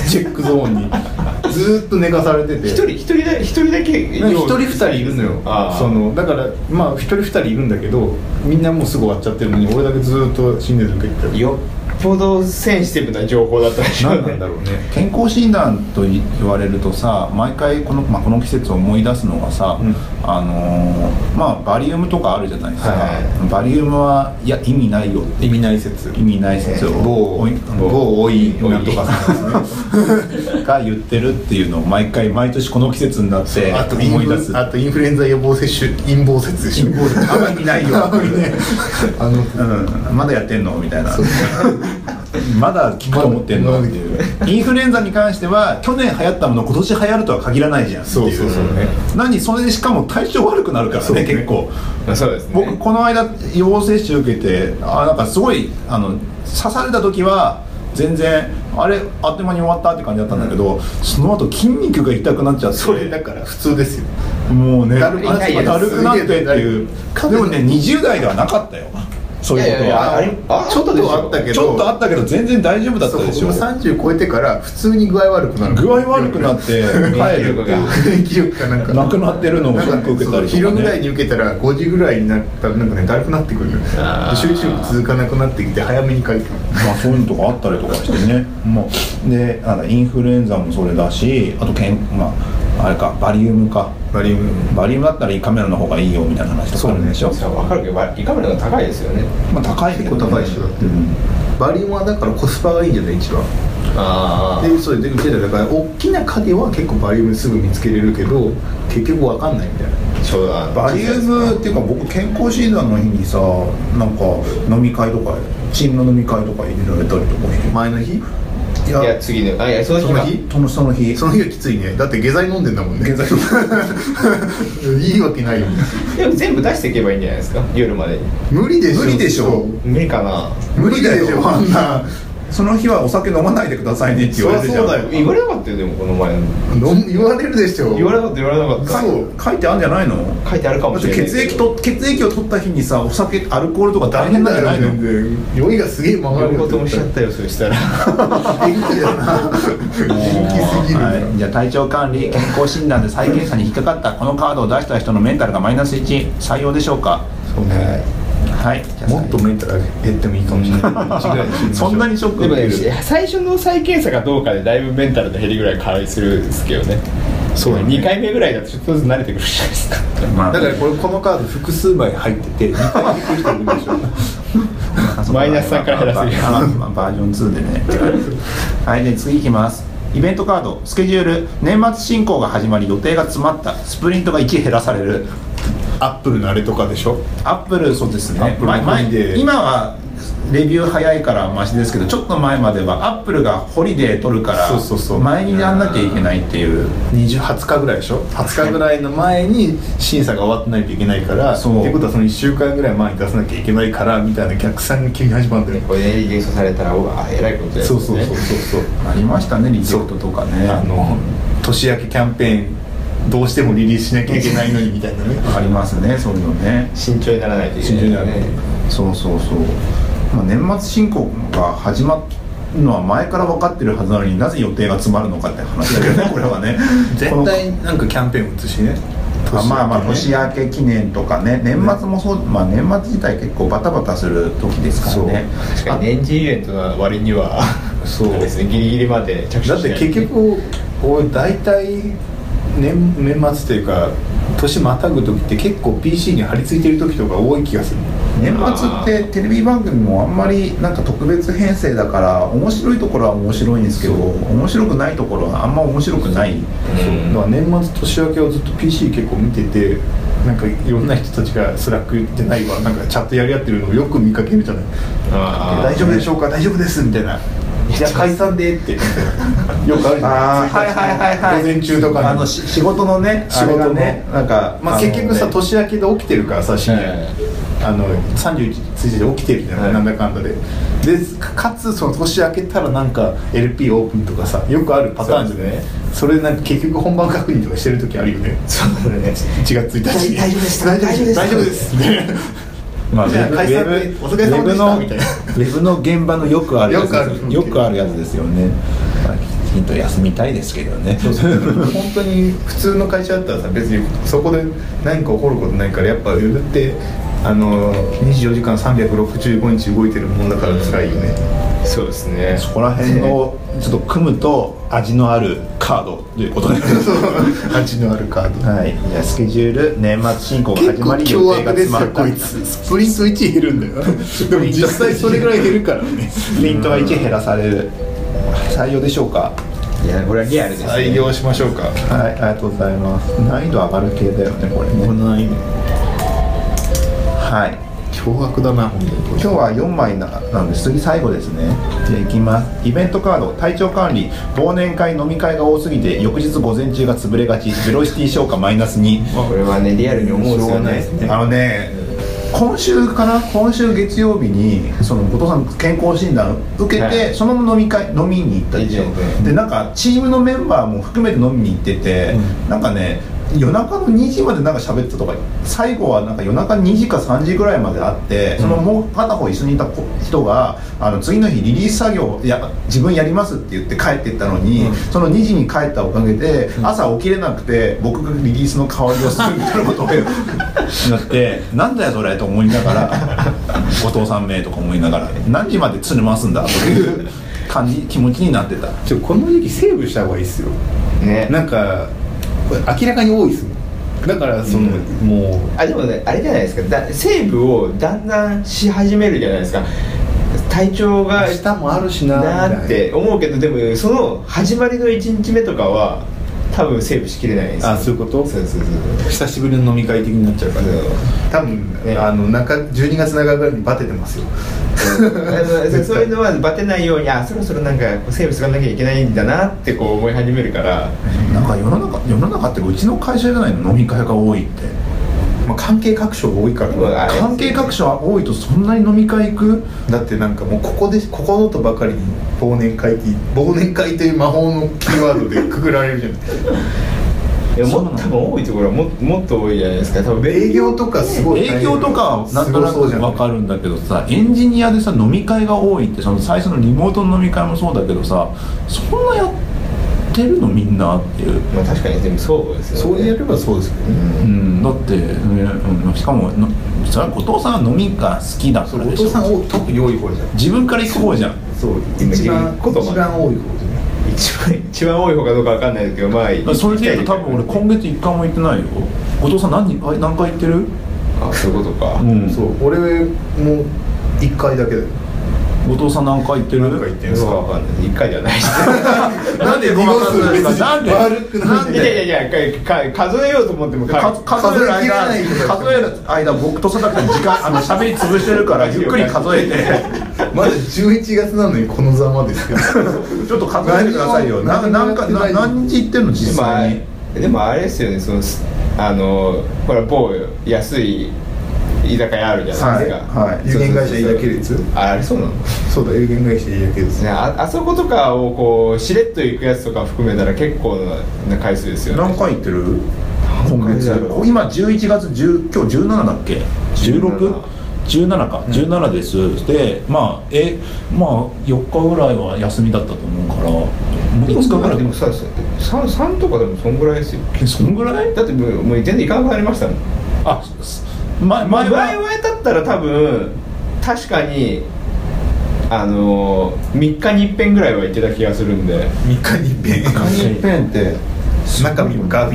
Speaker 2: チェックゾーン にずーっと寝かされてて
Speaker 3: 一人一人だ一人だけ
Speaker 2: なんか一人二人いるのよ
Speaker 3: ああ
Speaker 2: そのだからまあ一人二人いるんだけどみんなもうすぐ終わっちゃってるのに俺だけずーっと心電図受けてる
Speaker 3: よっぽどセンシティブな情報だったらし
Speaker 2: 何なんだろう ね
Speaker 1: 健康診断とい言われるとさ毎回この,、まあ、この季節思い出すのがさ、
Speaker 2: うん
Speaker 1: あのーまあバリウムとかあるじゃないですか、
Speaker 3: は
Speaker 1: バリウムはいや意味ないよって
Speaker 2: 意味ない説
Speaker 1: 意味ない説を
Speaker 2: 某
Speaker 1: おい
Speaker 2: 某多いなんとかさんですね
Speaker 1: が言ってるっていうのを毎回毎年この季節になって
Speaker 2: あとイン
Speaker 1: 思い出す
Speaker 2: フあとイン フルエンザ予防接種陰謀説でしょ陰謀説あんまりないよあ
Speaker 1: う
Speaker 2: の
Speaker 1: ん、まだやってんのみたいな まだ聞くと思ってんのっていうインフルエンザに関しては去年流行ったもの今年流行るとは限らないじゃんっていう
Speaker 2: そうそうそうね
Speaker 1: 何それでしかも体調悪くなるから
Speaker 2: そう
Speaker 1: ね
Speaker 2: ね
Speaker 1: 結構
Speaker 3: あそうですね
Speaker 1: 僕この間予防接種受けてあなんかすごいあの刺された時は全然あれあっという間に終わったって感じだったんだけど、その後筋肉が痛くなっちゃって
Speaker 2: それだから普通ですよ
Speaker 1: もうね
Speaker 2: だるい
Speaker 1: あ
Speaker 3: 痛いやつ
Speaker 1: だるくなってっていう
Speaker 2: すげえ
Speaker 1: でもね20代ではなかったよそういうことはい
Speaker 3: やいやいやあれあ
Speaker 2: ちょっとあったけど
Speaker 1: ちょっとあったけど全然大丈夫だった
Speaker 2: そう
Speaker 1: でし
Speaker 2: 僕
Speaker 1: ょ
Speaker 2: も30超えてから普通に具合悪くなる
Speaker 1: 具合悪くな って帰るっていう
Speaker 2: 免疫力がなんか
Speaker 1: なくなってるのをシ
Speaker 2: な
Speaker 1: ョッ
Speaker 2: んか
Speaker 1: ク受けたり
Speaker 2: そう昼
Speaker 1: と
Speaker 2: ぐ
Speaker 1: から
Speaker 2: い
Speaker 1: ね
Speaker 2: に受けたら5時ぐらいになったらなんかねだるくなってくるのよ
Speaker 3: あ
Speaker 2: で集
Speaker 3: ー
Speaker 2: 中力続かなくなってきて早めに帰ってくる
Speaker 1: まあそういうのとかあったりとかしてねもうでなんだインフルエンザもそれだしあとけんまああれかバリウムか
Speaker 2: バリウム
Speaker 1: バリウムだったら胃カメラの方がいいよみたいな話とかあるんでしょ、
Speaker 3: それは分かるけどわ胃カメラが高いですよね
Speaker 1: まあ高いけど、ね、
Speaker 2: 結構高いでしょだって
Speaker 1: うん
Speaker 2: バリウムはだからコスパがいいんじゃない一番
Speaker 3: あ
Speaker 2: でそれで受けたらだから大きな影は結構バリウムすぐ見つけれるけど結局わかんないみたいな
Speaker 3: そうだ
Speaker 1: バリウムっていうか僕健康診断の日にさなんか飲み会とかチームの飲み会とか入れられたりとかして
Speaker 2: 前の日
Speaker 1: い
Speaker 3: いや次のあいやその日
Speaker 2: その
Speaker 3: か
Speaker 2: 日
Speaker 1: そのその日
Speaker 2: その日はきついねだって下剤飲んでんだもん ね
Speaker 1: 下剤
Speaker 2: いいわけないよ
Speaker 3: でも全部出していけばいいんじゃないですか夜まで
Speaker 2: 無理でしょ
Speaker 1: 無理でしょ
Speaker 3: 無理かな
Speaker 2: 無理だよあ んな
Speaker 1: その日はお酒飲まないでくださいねって言われてじゃん
Speaker 2: そりゃそうだよ
Speaker 3: 言われなかったよでもこの前の
Speaker 2: の言われるでしょ
Speaker 3: 言われなかった言われなかった
Speaker 2: そう
Speaker 1: 書いてあるんじゃないの
Speaker 3: 書いてあるか
Speaker 1: だ
Speaker 3: も
Speaker 1: っ
Speaker 3: してれないけど
Speaker 1: 血液と血液を取った日にさお酒アルコールとか大
Speaker 2: 大
Speaker 1: 変
Speaker 2: 変
Speaker 1: なん
Speaker 2: だ
Speaker 1: じゃない
Speaker 2: よ
Speaker 1: の
Speaker 2: 全然酔いがすげえ曲がる
Speaker 3: 両方ともしちゃったよそしたら
Speaker 2: 元気だな元気すぎるな
Speaker 1: はい、じゃあ体調管理健康診断で再検査に引っかかったこのカードを出した人のメンタルがマイナス1採用でしょうか
Speaker 2: そうね
Speaker 1: はいじゃあ
Speaker 2: もっとメンタル減ってもいいかもしれない
Speaker 1: そんなにショック
Speaker 3: でも
Speaker 1: 受け
Speaker 3: ね
Speaker 1: る
Speaker 3: 最初の再検査かどうかでだいぶメンタルの減りぐらい変わりするんですけどね
Speaker 2: そうだね
Speaker 3: 2回目ぐらいだとちょっとずつ慣れてくるじゃないですか
Speaker 1: まあ
Speaker 2: だからこれこのカード複数枚入ってて2回引く人いるでしょ
Speaker 3: マイナス3から減らせる
Speaker 1: あまあバージョン2でねはいで次いきますイベントカードスケジュール年末進行が始まり予定が詰まったスプリントが1減らされる
Speaker 2: アップルのあれとかでしょ
Speaker 1: アップルそうですね
Speaker 2: アップル
Speaker 1: 前前
Speaker 2: ホリデー
Speaker 1: 今はレビュー早いからマシですけどちょっと前まではアップルがホリデー取るから
Speaker 2: そうそうそう
Speaker 1: 前にやんなきゃいけないっていう
Speaker 2: 20 20日ぐらいでしょ20日ぐらいの前に審査が終わってないといけないから
Speaker 1: そう
Speaker 2: ってことはその1週間ぐらい前に出さなきゃいけないからみたいな逆算が急に始まるんだよ
Speaker 3: これでリリースされたらうわえらいことだよね
Speaker 2: そうそうそうそうそう
Speaker 1: ありましたねリジェクトとかね
Speaker 2: あの年明けキャンペーンどうしてもリリースしなきゃいけないのにみたいなね
Speaker 1: ありますねそういうのね
Speaker 3: 慎重にならないといけ
Speaker 2: 慎
Speaker 3: ない
Speaker 2: 重になる
Speaker 1: そうそうそう、まあ、年末進行が始まるのは前から分かってるはずなのになぜ予定が詰まるのかって話だけどねこれ はね
Speaker 2: 絶対なんかキャンペーン打つしね
Speaker 1: このあまあまあ年
Speaker 2: 明
Speaker 1: 明け記念とかね年末もそう、まあ年末自体結構バタバタする時ですからね
Speaker 3: 確かに年次イベントの割には
Speaker 2: そう
Speaker 3: ですねギリギリまで着手し
Speaker 2: け
Speaker 3: な
Speaker 2: だ
Speaker 3: い
Speaker 2: って結局こう大体年年末というか年またぐ時って結構 PC に張り付いてる時とか多い気がする
Speaker 1: 年末ってテレビ番組もあんまりなんか特別編成だから面白いところは面白いんですけど面白くないところはあんま面白くない
Speaker 3: うん
Speaker 2: だから年末年明けをずっと PC 結構見ててなんかいろんな人たちがスラックじゃないわなんかチャットやり合ってるのをよく見かけるじゃない
Speaker 3: あー
Speaker 2: 大丈夫でしょうか大丈夫ですみたいないや解散でってよくあるじゃない午前中とかに
Speaker 1: あのし仕事のね
Speaker 2: 仕事の
Speaker 1: あれがねなんか
Speaker 2: まあ、
Speaker 1: の
Speaker 2: 結局さ、
Speaker 1: ね
Speaker 2: 年明けで起きてるからさ深夜、
Speaker 3: はい
Speaker 2: あの31日で起きてるじゃない、
Speaker 3: はい
Speaker 2: なんだかんだででかかつその年明けたらなんか LP オープンとかさよくあるパターンじゃない
Speaker 3: そうです
Speaker 2: それなんか結局本番確認とかしてる時あるよね
Speaker 3: そうだね
Speaker 2: 1月1日に
Speaker 3: 大大丈夫です
Speaker 2: 大丈夫です
Speaker 3: 大
Speaker 2: 大丈
Speaker 3: 丈夫
Speaker 2: 夫
Speaker 3: で
Speaker 2: ですす
Speaker 1: まあ、ウ
Speaker 2: じゃあ
Speaker 1: ェブ
Speaker 2: 解散で
Speaker 1: ウェブ
Speaker 2: お疲れ様でし
Speaker 1: ウ
Speaker 2: た
Speaker 1: ェブの
Speaker 2: みたいな
Speaker 1: ウェブの現場のよくあるやつ
Speaker 2: よくある
Speaker 1: よくあるやつですよね、まあ、きちんと休みたいですけどね
Speaker 2: 本当に普通の会社だったらさ別にそこで何か起こることないからやっぱウェブってあの24時間365日動いてるもんだから辛いよね、
Speaker 3: そうですね
Speaker 1: そこら辺をちょっと組むと味のあるカードということになります
Speaker 2: 味のあるカード
Speaker 1: はい、じゃあスケジュール年末進行が
Speaker 2: 結
Speaker 1: 始ま
Speaker 2: 構
Speaker 1: り
Speaker 2: 凶
Speaker 1: 予定が
Speaker 2: 悪で
Speaker 1: 詰
Speaker 2: す
Speaker 1: ま
Speaker 2: よ
Speaker 1: った
Speaker 2: こいつスプリント1減るんだよでも実際それぐらい減るからね
Speaker 1: スプリントは1減らされる採用でしょうか
Speaker 3: いやこれはリアルですね
Speaker 2: 採用しましょうか
Speaker 1: はいありがとうございます難易度上がる系だよねこれね
Speaker 2: ない
Speaker 1: はい
Speaker 2: 凶悪だな本当に
Speaker 1: 今日は4枚ななので次最後ですねじゃあいきますイベントカード体調管理忘年会飲み会が多すぎて翌日午前中が潰れがちベロシティ消化マイナス2
Speaker 3: これはねリアルに思うんですよね
Speaker 1: あのね今週かな今週月曜日にその後藤さん健康診断受けて、
Speaker 3: はい
Speaker 1: そのまま飲み会飲みに行ったでしょ
Speaker 3: 行って
Speaker 1: でなんかチームのメンバーも含めて飲みに行ってて、なんかね夜中の2時までなんか喋ったとか最後はなんか夜中2時か3時ぐらいまであってそのもう片方一緒にいた子人があの次の日リリース作業や自分やりますって言って帰ってったのに、その2時に帰ったおかげで朝起きれなくて僕がリリースの香りをするみたいなことをなってなんだよそれと思いながら 後藤さん名とか思いながら何時までつるますんだという感じ気持ちになってた。
Speaker 2: ちょこの時期セーブした方がいいっすよ
Speaker 3: ね
Speaker 2: なんかこれ明らかに多いっすもんだからその、
Speaker 3: うん
Speaker 2: も
Speaker 3: あでもねあれじゃないですかだセーブをだんだんし始めるじゃないですか体調
Speaker 2: う
Speaker 3: が
Speaker 2: 明日もあるしな
Speaker 3: なーっ
Speaker 2: みたい
Speaker 3: て思うけどでもその始まりの1日目とかは多分セーブしきれないです
Speaker 2: なあそういうこと
Speaker 3: そうそうそう
Speaker 2: 久しぶりの飲み会的になっちゃうから
Speaker 3: そう
Speaker 2: 多分、
Speaker 3: ね
Speaker 2: あの中12月中ぐらいにバテてますよ
Speaker 3: あのそうそういうのはバテないようにあそろそろなんかこうセーブしとかなきゃいけないんだなってこう思い始めるから
Speaker 1: なんか世の中世の中っていうかうちの会社じゃないの飲み会が多いって
Speaker 2: まあ、関係各所が多いから、
Speaker 3: うわあれ
Speaker 1: 関係各所は多いとそんなに飲み会行く
Speaker 2: だってなんかもうここでここのとばかりに忘年会って忘年会という魔法のキーワードでくくられるじゃない
Speaker 3: いや
Speaker 1: そう
Speaker 3: も
Speaker 1: なの
Speaker 3: 多分多いところはももっと多いじゃないですか多分
Speaker 2: 営業とかすごい
Speaker 1: 営業とかはなんとな
Speaker 2: すごそうじ
Speaker 1: く
Speaker 2: ゃ
Speaker 1: わかるんだけどさエンジニアでさ飲み会が多いってその最初のリモートの飲み会もそうだけどさそんなやってるのみんなっていう、
Speaker 3: まあ確かにでもそうですよね
Speaker 2: そうやればそうですけど
Speaker 3: う
Speaker 2: ね
Speaker 1: うんん、だって、ねうんしかものそれは後藤さんは飲みが好きだから
Speaker 2: 後
Speaker 1: でし
Speaker 2: 藤さ
Speaker 1: ょ
Speaker 2: ん特に多い方じゃん
Speaker 1: 自分から行く方じゃん
Speaker 2: そう
Speaker 3: 今
Speaker 2: 一番
Speaker 3: 言葉
Speaker 2: 一番多い方じゃん
Speaker 3: 一番一番多い方かどうかわかんないですけどまあ
Speaker 1: だからそれで言うと多分俺
Speaker 3: こ
Speaker 1: 今月一回も行ってないよ後藤さん何あ何回行ってる
Speaker 3: あそういうことか、
Speaker 1: ん
Speaker 2: そう俺も一回だけだよ
Speaker 1: 後藤さん何回行ってる
Speaker 2: 何回行ってるんです
Speaker 3: わかんない一回じゃないし
Speaker 1: なんでごまかすんですかなんで
Speaker 2: 悪くない
Speaker 1: なん
Speaker 3: い
Speaker 1: で
Speaker 3: やいやいやかか数えようと思ってもか
Speaker 1: か数える間
Speaker 2: 数えきれない
Speaker 1: 数える間僕と佐々木さん時間あの喋り潰してるからゆっくり数えて
Speaker 2: まだ11月なのにこのざまですよ
Speaker 1: ちょっと数えてくださいよな
Speaker 2: 何
Speaker 1: 何
Speaker 2: を
Speaker 1: かな何日行ってんの実
Speaker 3: ま
Speaker 1: 際に
Speaker 3: あでもあれですよねそのすあのほら某安い居酒屋あるじゃないですか
Speaker 1: はいはい
Speaker 2: 有限会社
Speaker 3: そうそうそう
Speaker 2: 有限列
Speaker 3: ああれそうなの
Speaker 2: そうだ有限会社いいだけです
Speaker 3: ねああそことかをこうしれっと行くやつとか含めたら結構な回数ですよね
Speaker 1: 何回行ってる
Speaker 3: 何
Speaker 1: 今
Speaker 3: 回
Speaker 1: 月
Speaker 3: だろう
Speaker 1: 今11月10今日17だっけ 16? 17か17です、でまあえまあ4日ぐらいは休みだったと思うからもう5日ぐらい
Speaker 3: でもさ 3, 3とかでもそんぐらいですよ
Speaker 1: えそんぐらい
Speaker 3: だってもうもう全然行かなくなりましたもん
Speaker 1: あす前前
Speaker 3: 前
Speaker 1: は
Speaker 3: 々だったら多分確かにあの3日に一遍ぐらいは行ってた気がするんで
Speaker 2: 3日に一遍
Speaker 1: 一遍って
Speaker 2: 中3日みたい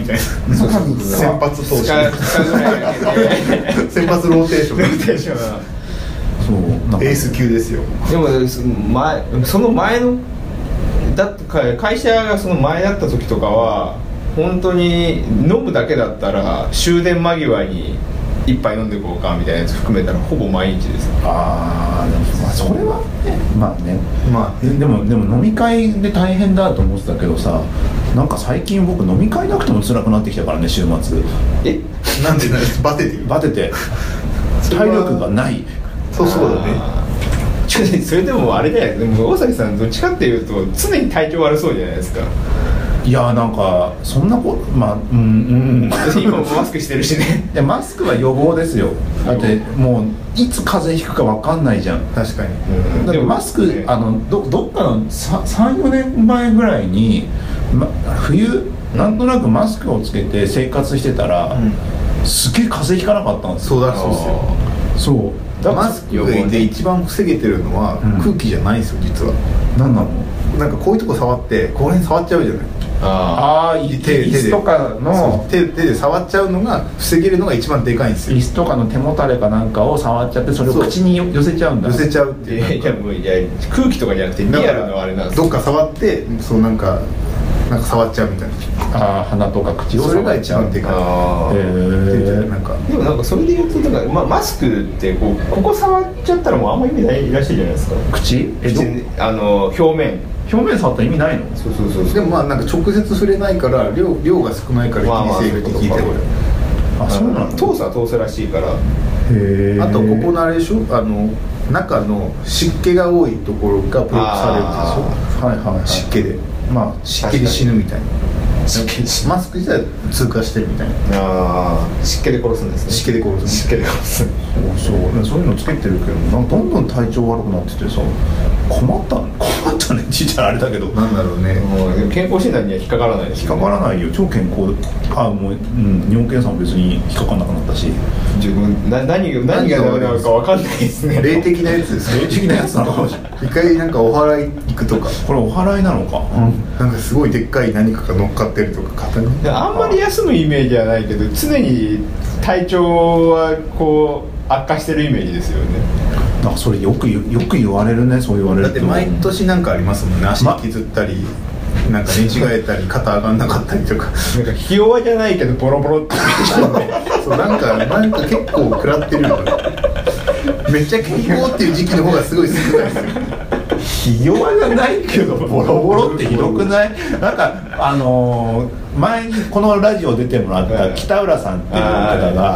Speaker 2: な
Speaker 1: そうそうそう
Speaker 2: 先発投
Speaker 3: 2
Speaker 2: 手
Speaker 3: 日2日ぐらいだけで
Speaker 2: 先発ローテーション
Speaker 1: そうなんか
Speaker 2: エース級ですよ
Speaker 3: でもそ前その前のだってか会社がその前だった時とかは本当に飲むだけだったら終電間際に一杯飲んでこうかみたいなやつ含めたらほぼ毎日です
Speaker 1: ああでもまあそれはねまあね
Speaker 2: ま
Speaker 1: えでもでも飲み会で大変だと思ってたけどさなんか最近僕飲み会なくても辛くなってきたからね週末
Speaker 3: え
Speaker 2: あなんでなんですバテてる
Speaker 1: バテて
Speaker 2: それは
Speaker 1: 体力がない
Speaker 2: そうそうだね
Speaker 3: あーちょっとそれでもあれだよねでも大崎さんどっちかっていうと常に体調悪そうじゃないですか
Speaker 1: いやーなんかそんなことまあ うんうん
Speaker 3: 私今もマスクしてるしね
Speaker 1: でマスクは予防ですよだってもういつ風邪ひくかわかんないじゃん
Speaker 2: 確かに
Speaker 1: だってマスク、
Speaker 3: ね
Speaker 1: あのどどっかの34年前ぐらいに、ま、冬なんとなくマスクをつけて生活してたら、すげえ風邪ひかなかったんですよ
Speaker 2: そうだそうですよ
Speaker 1: そうだから
Speaker 2: マスクで一番防げてるのは
Speaker 1: うん
Speaker 2: 空気じゃないんですよ実は
Speaker 1: 何なの
Speaker 2: なんかこういうとこ触ってこの辺触っちゃうじゃない
Speaker 3: あ
Speaker 1: ああ
Speaker 2: 手
Speaker 1: 椅
Speaker 2: 手で
Speaker 1: 子とか
Speaker 2: そ
Speaker 1: の
Speaker 2: う手手で触っちゃうのが防げるのが一番でかいんです
Speaker 1: 椅
Speaker 2: よ
Speaker 1: 子とかの手もたれかなんかを触っちゃってそれを
Speaker 2: そう
Speaker 1: 口によ寄せちゃうんだ
Speaker 2: 寄せちゃうっ
Speaker 3: あ
Speaker 2: て
Speaker 3: い
Speaker 2: いう
Speaker 3: やいやもういや空気とかじゃなくてリ
Speaker 2: だ
Speaker 3: ア
Speaker 2: か
Speaker 3: ルのあれな
Speaker 2: ら
Speaker 3: んです
Speaker 2: どっか触ってそうなんかなんか触っちゃうみたいな
Speaker 1: ああ鼻とか口を
Speaker 2: それが一番
Speaker 1: へ
Speaker 2: でか
Speaker 3: あ
Speaker 1: え
Speaker 3: ー
Speaker 2: いっていうなんか
Speaker 3: でもなんかそれで言うとなんか、まあ、マスクってこうここ触っちゃったらもうあんま意味ないらしいじゃないですか
Speaker 1: 口えど
Speaker 3: 別にあの表面
Speaker 1: 表面触ったら意味ないの
Speaker 3: そうそうそう
Speaker 2: でもまあなんか直接触れないから量量が少ないから
Speaker 3: まあまあ
Speaker 2: 気にせえって聞いて
Speaker 3: そういうことか
Speaker 1: あそうなの
Speaker 3: 通すは通すらしいから
Speaker 1: へえ
Speaker 2: あとここのあれでしょあの中の湿気が多いところがブロックされるん
Speaker 1: は
Speaker 2: で
Speaker 1: いはいはい
Speaker 2: しょ湿気で
Speaker 1: まあ
Speaker 2: 湿気で死ぬみたいな
Speaker 3: 湿気で死
Speaker 2: マスク自体通過してるみたいな
Speaker 3: ああ湿気で殺すんですね
Speaker 2: 湿気で殺す
Speaker 3: 湿気で殺す
Speaker 1: そうそういうのつけてるけどなんどんどん体調悪くなっててさ困った 困ったねって言っちゃあれだけど
Speaker 2: なんだろうね
Speaker 3: もうでも健康診断には引っかからないです
Speaker 1: 引っ
Speaker 3: よ
Speaker 1: か
Speaker 3: ね
Speaker 1: からないよ超健康あもう、うん、尿検査も別に引っかからなくなったし
Speaker 3: 自分な何が何がダメなのかわかんないですね
Speaker 2: 霊的なやつです
Speaker 1: 霊
Speaker 2: ね
Speaker 1: 的なやつなのかもしれない
Speaker 2: 一回なんかお祓い行くとか
Speaker 1: これお祓いなのか、
Speaker 2: なんかすごいでっかい何かが乗っかってるとか肩に
Speaker 3: であんまり休むイメージはないけど常に体調はこう悪化してるイメージですよね
Speaker 1: なんかそれよく言うよく言われるねそう言われる
Speaker 2: だっ
Speaker 1: と
Speaker 2: て毎年なんかありますもんね足削ったり、なんか寝違えたり肩上がんなかったりとか
Speaker 3: なんかひ弱じゃないけどボロボロって
Speaker 2: そうなんかなんか結構食らってるのめっちゃ健康っていう時期の方がすごい少ないですよ
Speaker 1: ひ弱じゃないけどボロボロってひどくないなんかあのー前にこのラジオ出てもらった北浦さんっていう方が、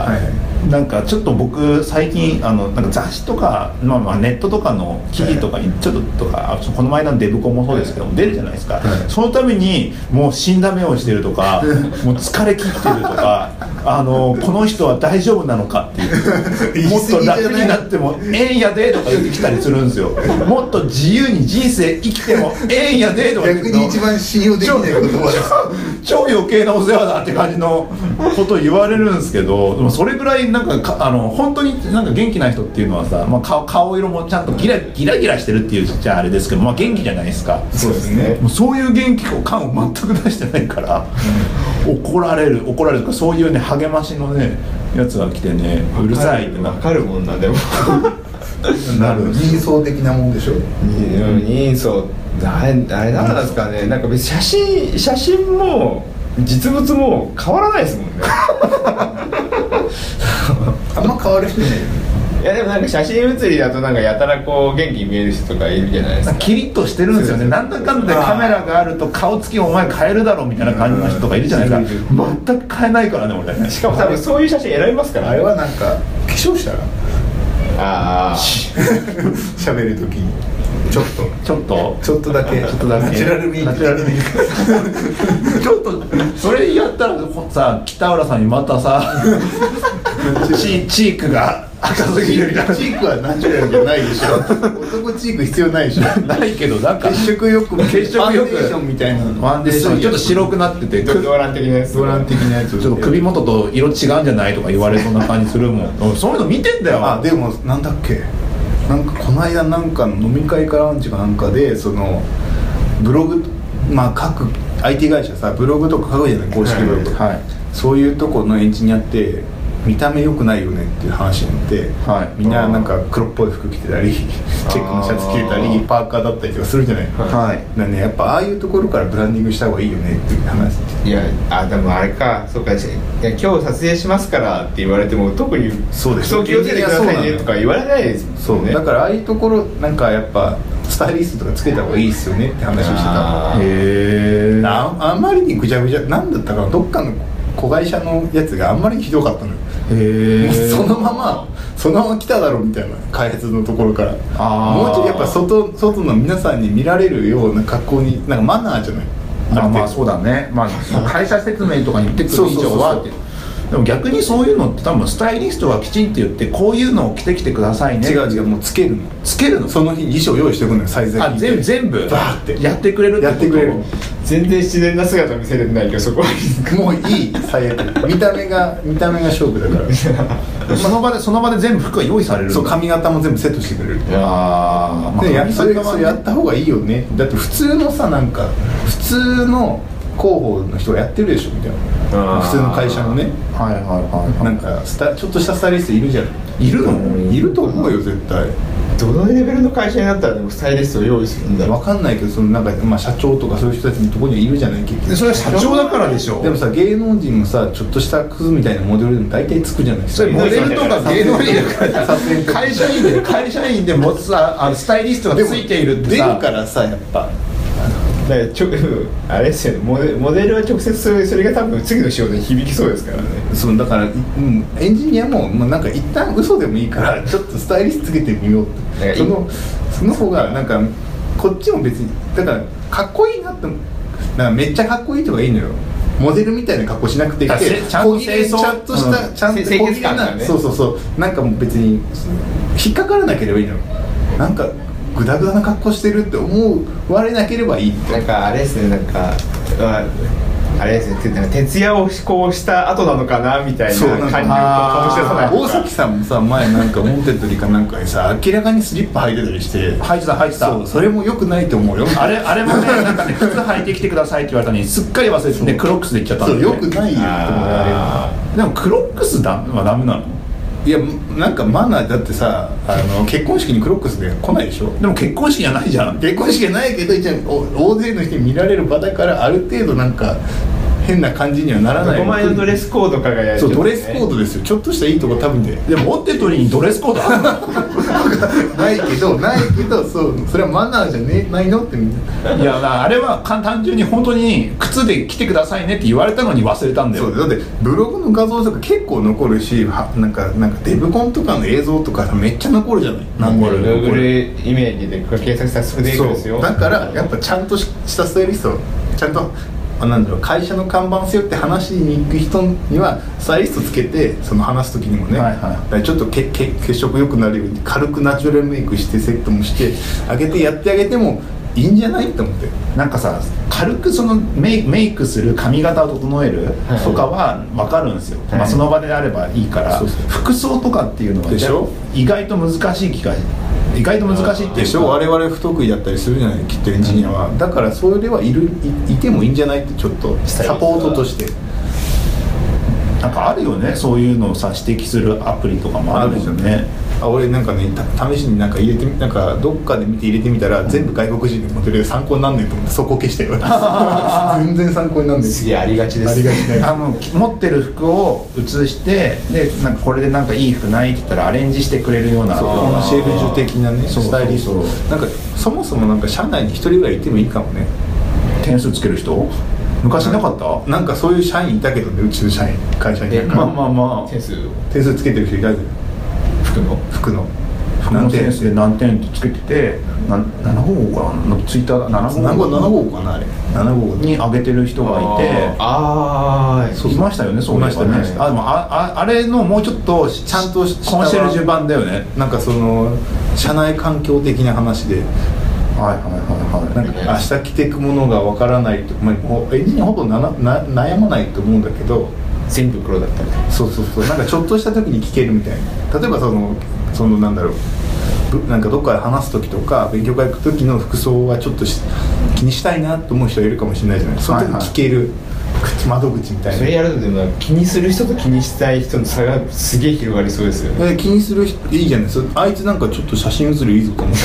Speaker 2: はいはい
Speaker 1: なんかちょっと僕最近あのなんか雑誌とか、まあ、まあネットとかの記事とかにちょっととかあこの前のデブコンもそうですけども出るじゃないですか、そのためにもう死んだ目をしてると かもう疲れ切ってるとかあのこの人は大丈夫なのかっていう
Speaker 2: 言い
Speaker 1: もっ
Speaker 2: 過ぎ
Speaker 1: と
Speaker 2: じゃな
Speaker 1: 楽
Speaker 2: い
Speaker 1: になっても「ええんやで」とか言ってきたりするん ですよもっと自由に人生生きても「ええんやで」とか言ってく
Speaker 2: 逆
Speaker 1: ると
Speaker 2: に一番信用できない言葉です
Speaker 1: 超余計なお世話だって感じのことを言われるんですけどでもそれぐらいなんかかあの本当になんか元気な人っていうのはさ、まあ、顔顔色もちゃんとギラギラギラしてるっていうじゃあれですけど、まあ、元気じゃないですか
Speaker 2: そうですね
Speaker 1: もうそういう元気感を全く出してないから、怒られる怒られるとかそういうね励ましのねやつが来てねうるさいってな
Speaker 3: わかるもんなでも
Speaker 1: なるんですよ
Speaker 2: 人相的なもんでしょ
Speaker 3: 人相あれあれなんなんですかねなんか別に写真写真も実物も変わらないですもんね
Speaker 2: あんま変わる人いないよね
Speaker 3: いやでもなんか写真写りだとなんかやたらこう元気に見える人とかいるじゃないですか
Speaker 1: キリッとしてるんですよねなんだかんだでカメラがあると顔つきお前変えるだろみたいな感じの人とかいるじゃないですか全く変えないからね俺
Speaker 3: しかも多分そういう写真選びますから
Speaker 2: あれはなんか化起床したら
Speaker 3: ああ
Speaker 2: 喋るときにちょっと
Speaker 1: ちょっと
Speaker 2: ちょっとだけ
Speaker 1: ちょっとだけ
Speaker 2: ナチュラルミー
Speaker 1: ナチュラルミーちょっとそれやったらこさ北浦さんにまた さチチークが赤すぎるみたいな
Speaker 2: チークはナチュラルじゃないでしょ男チーク必要ないでしょ
Speaker 1: ないけどなんか
Speaker 2: 血色よく
Speaker 1: 血色よく
Speaker 2: ファンデーションみたいな
Speaker 1: ファンデーションちょっと白くなってて
Speaker 3: ドラン的なやつ
Speaker 2: ドラン的なやつ
Speaker 1: ちょっと首元と色違うんじゃないとか言われそうな感じするもんそういうの見てんだよ
Speaker 2: あでもなんだっけなんかこの間なんかの飲み会かランチかなんかでそのブログまあ各 IT 会社さブログとか書くじゃない公式ブログとか、
Speaker 1: はい
Speaker 2: そういうとこのエンジニアって見た目良くないよねっていう話になって、
Speaker 1: はい
Speaker 2: みんななんか黒っぽい服着てたりチェックのシャツ着てた
Speaker 3: あ
Speaker 2: り
Speaker 3: ー
Speaker 2: パーカーだったりとかするじゃない、だか
Speaker 1: はい
Speaker 2: らねやっぱああいうところからブランディングした方がいいよねっていう話
Speaker 3: いやあでもあれかそうかじゃいや今日撮影しますからって言われても特に
Speaker 2: そうです
Speaker 3: 服装気をつけてくださいねとか言われないですもん
Speaker 2: そ
Speaker 3: ね
Speaker 2: う、だからああいうところなんかやっぱスタイリストとかつけた方がいいですよねって話をしてた
Speaker 3: あ
Speaker 1: へ
Speaker 3: ー
Speaker 1: え
Speaker 2: ああんまりにぐちゃぐちゃなんだったかなどっかの子会社のやつがあんまりにひどかったのよ、
Speaker 1: へえ
Speaker 2: そのままそのまま来ただろみたいな開発のところから
Speaker 1: あー
Speaker 2: もうちょいやっぱ外外の皆さんに見られるような格好になんかマナーじゃない
Speaker 1: あ
Speaker 2: る程度
Speaker 1: まあそうだね、まあ、会社説明とかに言ってくる以上はって
Speaker 2: そうそうそう
Speaker 1: でも逆にそういうのって多分スタイリストはきちんと言ってこういうのを着てきてくださいね
Speaker 2: 違う違うもうつけるの
Speaker 1: つけるの
Speaker 2: その日に衣装用意しておくのよサイズ
Speaker 1: あ全部全部
Speaker 2: バーって
Speaker 1: やってくれるってこと
Speaker 2: やってくれる
Speaker 3: 全然自然な姿見せれてないけどそこは
Speaker 2: もういい最悪見た目が見た目が勝負だか ら
Speaker 1: その場でその場で全部服が用意されるんだ
Speaker 2: そう髪型も全部セットしてくれる
Speaker 1: あー、まあ、
Speaker 2: でや
Speaker 1: 髪
Speaker 2: それ
Speaker 1: 型
Speaker 2: そ
Speaker 1: は
Speaker 2: れ
Speaker 1: ね
Speaker 2: やった方がいいよねだって普通のさなんか普通の広報の人がやってるでしょみたい
Speaker 3: あ
Speaker 2: な
Speaker 3: ー
Speaker 2: 普通の会社のね
Speaker 1: はいはいはい
Speaker 2: な
Speaker 1: は
Speaker 2: んかスタちょっとしたスタイリストいるじゃん
Speaker 1: いいるの
Speaker 2: いると思うよ絶対
Speaker 3: どのレベルの会社になったらでもスタイリストを用意するんだろ
Speaker 2: わかんないけどそのなんか、まあ、社長とかそういう人たちのところにはいるじゃない結局
Speaker 1: でそれは社長だからでしょ
Speaker 2: でもさ芸能人のさちょっとしたクズみたいなモデルでも大体つくじゃないです
Speaker 1: そ
Speaker 2: か
Speaker 1: れモデルとか芸能人だから
Speaker 2: 撮影とか
Speaker 1: 会社員で会社員でもさあのスタイリストがついているって
Speaker 2: 出
Speaker 1: さ
Speaker 2: るからさやっぱ
Speaker 3: だからちょ あれですよねモデモデルは直接それそれが多分次の仕事に響きそうですからね
Speaker 2: そのだから、うん、エンジニアも、まあ、なんか一旦嘘でもいいからちょっとスタイリストつけてみよう
Speaker 3: なんかいい
Speaker 2: そのその方がなんかこっちも別にだからかっこいいなってなんかめっちゃかっこいいとかいいのよモデルみたいな格好しなくていい
Speaker 1: だせちゃんと
Speaker 2: 小切れ
Speaker 1: 清掃
Speaker 2: ちゃんとした、
Speaker 1: うん
Speaker 2: ちゃんと
Speaker 3: 清潔
Speaker 2: 小切れ
Speaker 3: 感が
Speaker 2: な、
Speaker 3: ね
Speaker 2: そうそうそうなんかもう別に引っかからなければいいのよなんかグダグダな格好してるって思われなければいいって
Speaker 3: なんかあれですねなんかああれですねてなんか徹夜をこうした後なのかなみたいな
Speaker 2: そうなん
Speaker 3: 感
Speaker 2: か
Speaker 3: じを
Speaker 1: あー
Speaker 3: 醸し出さないと
Speaker 2: 大
Speaker 3: か
Speaker 2: 崎さんもさ前なんかモンテッドリかなんかにさ明らかにスリッパ履いてたりして
Speaker 1: 入ってた入ってた
Speaker 2: そうそれもよくないと思うよ
Speaker 1: あれあれもねなんかね靴履いてきてくださいって言われたのにすっかり忘れてねクロックスで行っちゃったん
Speaker 2: そう
Speaker 1: だよ
Speaker 2: よ
Speaker 1: ね
Speaker 2: くないよって思うあ
Speaker 3: あ
Speaker 1: でもクロックスだはダメなの
Speaker 2: れいやなんかマナーだってさあの結婚式にクロックスで来ないでしょ
Speaker 1: でも結婚式じゃないじゃん
Speaker 2: 結婚式じゃないけど一応お大勢の人に見られる場だからある程度なんか変な感じにはならない
Speaker 3: 男前のドレスコードかがや
Speaker 2: そうドレスコードですよちょっとしたいいとこ多分で
Speaker 1: でもモンテトリーにドレスコードあるの
Speaker 2: ないけどないけどそうそれはマナーじゃねないのってみんない
Speaker 1: やなあれは簡単純に本当に靴で来てくださいねって言われたのに忘れたんだ
Speaker 2: そう
Speaker 1: よ
Speaker 2: だってブログの画像とか結構残るしはなんかなんかデブコンとかの映像とかさめっちゃ残るじゃないなん
Speaker 1: 残る
Speaker 3: Google イメージで検索したらすぐ出てくるんです
Speaker 2: そう
Speaker 3: よ
Speaker 2: だからやっぱちゃんとししたスタイリストちゃんとあなんだろう会社の看板背負って話しに行く人にはスタイリストつけてその話す時にもね、
Speaker 1: はいはい
Speaker 2: だからちょっとけけ血色良くなるように軽くナチュラルメイクしてセットもしてあげてやってあげてもいいんじゃないって思って
Speaker 1: なんかさ軽くそのメイメイクする髪型を整える
Speaker 3: はい
Speaker 1: とかは分かるんですよ、
Speaker 3: はい
Speaker 1: まあ、その場であればいいから、
Speaker 2: そうそう
Speaker 1: 服装とかっていうのは
Speaker 2: でしょ
Speaker 1: 意外と難しい機会意外と難しいっていうか
Speaker 2: でしょ我々不得意だったりするじゃないきっとエンジニアは、だからそれではいるいいてもいいんじゃないってちょっと
Speaker 3: スタイリスト
Speaker 2: サ
Speaker 3: は
Speaker 2: ポートとして
Speaker 1: なんかあるよねそういうのをさ指摘するアプリとかもあるもんね
Speaker 2: あ俺なんかねた試しになんか入れてみなんかどっかで見て入れてみたら、全部外国人のモデルで参考になんねえと思ってそこ消したよ 全然参考になんね
Speaker 3: すげえありがちです
Speaker 2: ありがちだよ
Speaker 1: あの持ってる服を写してでなんかこれでなんかいい服ないって言ったらアレンジしてくれるような
Speaker 2: そうこのシェーブジュ的なね
Speaker 1: そうそうそう
Speaker 2: スタイリストなんかそもそもなんか社内に一人ぐらいいてもいいかもね
Speaker 1: 点数つける人昔なかった
Speaker 2: なんかそういう社員いたけどねうちの社員会社に
Speaker 3: え
Speaker 2: なんか
Speaker 3: ま
Speaker 1: まあまあまあ
Speaker 3: 点数
Speaker 2: 点数つけてる人いたじゃん
Speaker 3: 服の
Speaker 2: 服の
Speaker 1: 服のセンスで何点ってつけててな7号かなツイッター7
Speaker 2: 7
Speaker 1: 号
Speaker 2: 号7号かなあれ7号
Speaker 1: に上げてる人がいて
Speaker 3: あーあー
Speaker 1: いましたよねそういえば
Speaker 2: いましたね
Speaker 1: あでもあああれのもうちょっとち
Speaker 2: ちゃんとした
Speaker 1: コンシェルジュ版だよね
Speaker 2: なんかその社内環境的な話で
Speaker 1: はいはいはいは
Speaker 2: なんか明日着ていくものがわからないと、まあ、もうエンジニアほぼななな悩まないと思うんだけど
Speaker 3: 全部黒だったりとか
Speaker 2: そうそうそうなんかちょっとした時に聞けるみたいな例えばそのそのなんだろうぶなんかどっかで話す時とか勉強会行く時の服装はちょっとし気にしたいなと思う人がいるかもしれないじゃないその時に聞ける口窓口みたい
Speaker 3: そ
Speaker 2: な
Speaker 3: れやるとでも気にする人と気にしたい人の差がすげえ広がりそうですよね
Speaker 2: え気にする人いいじゃないそれあいつなんかちょっと写真写りいいぞと思っ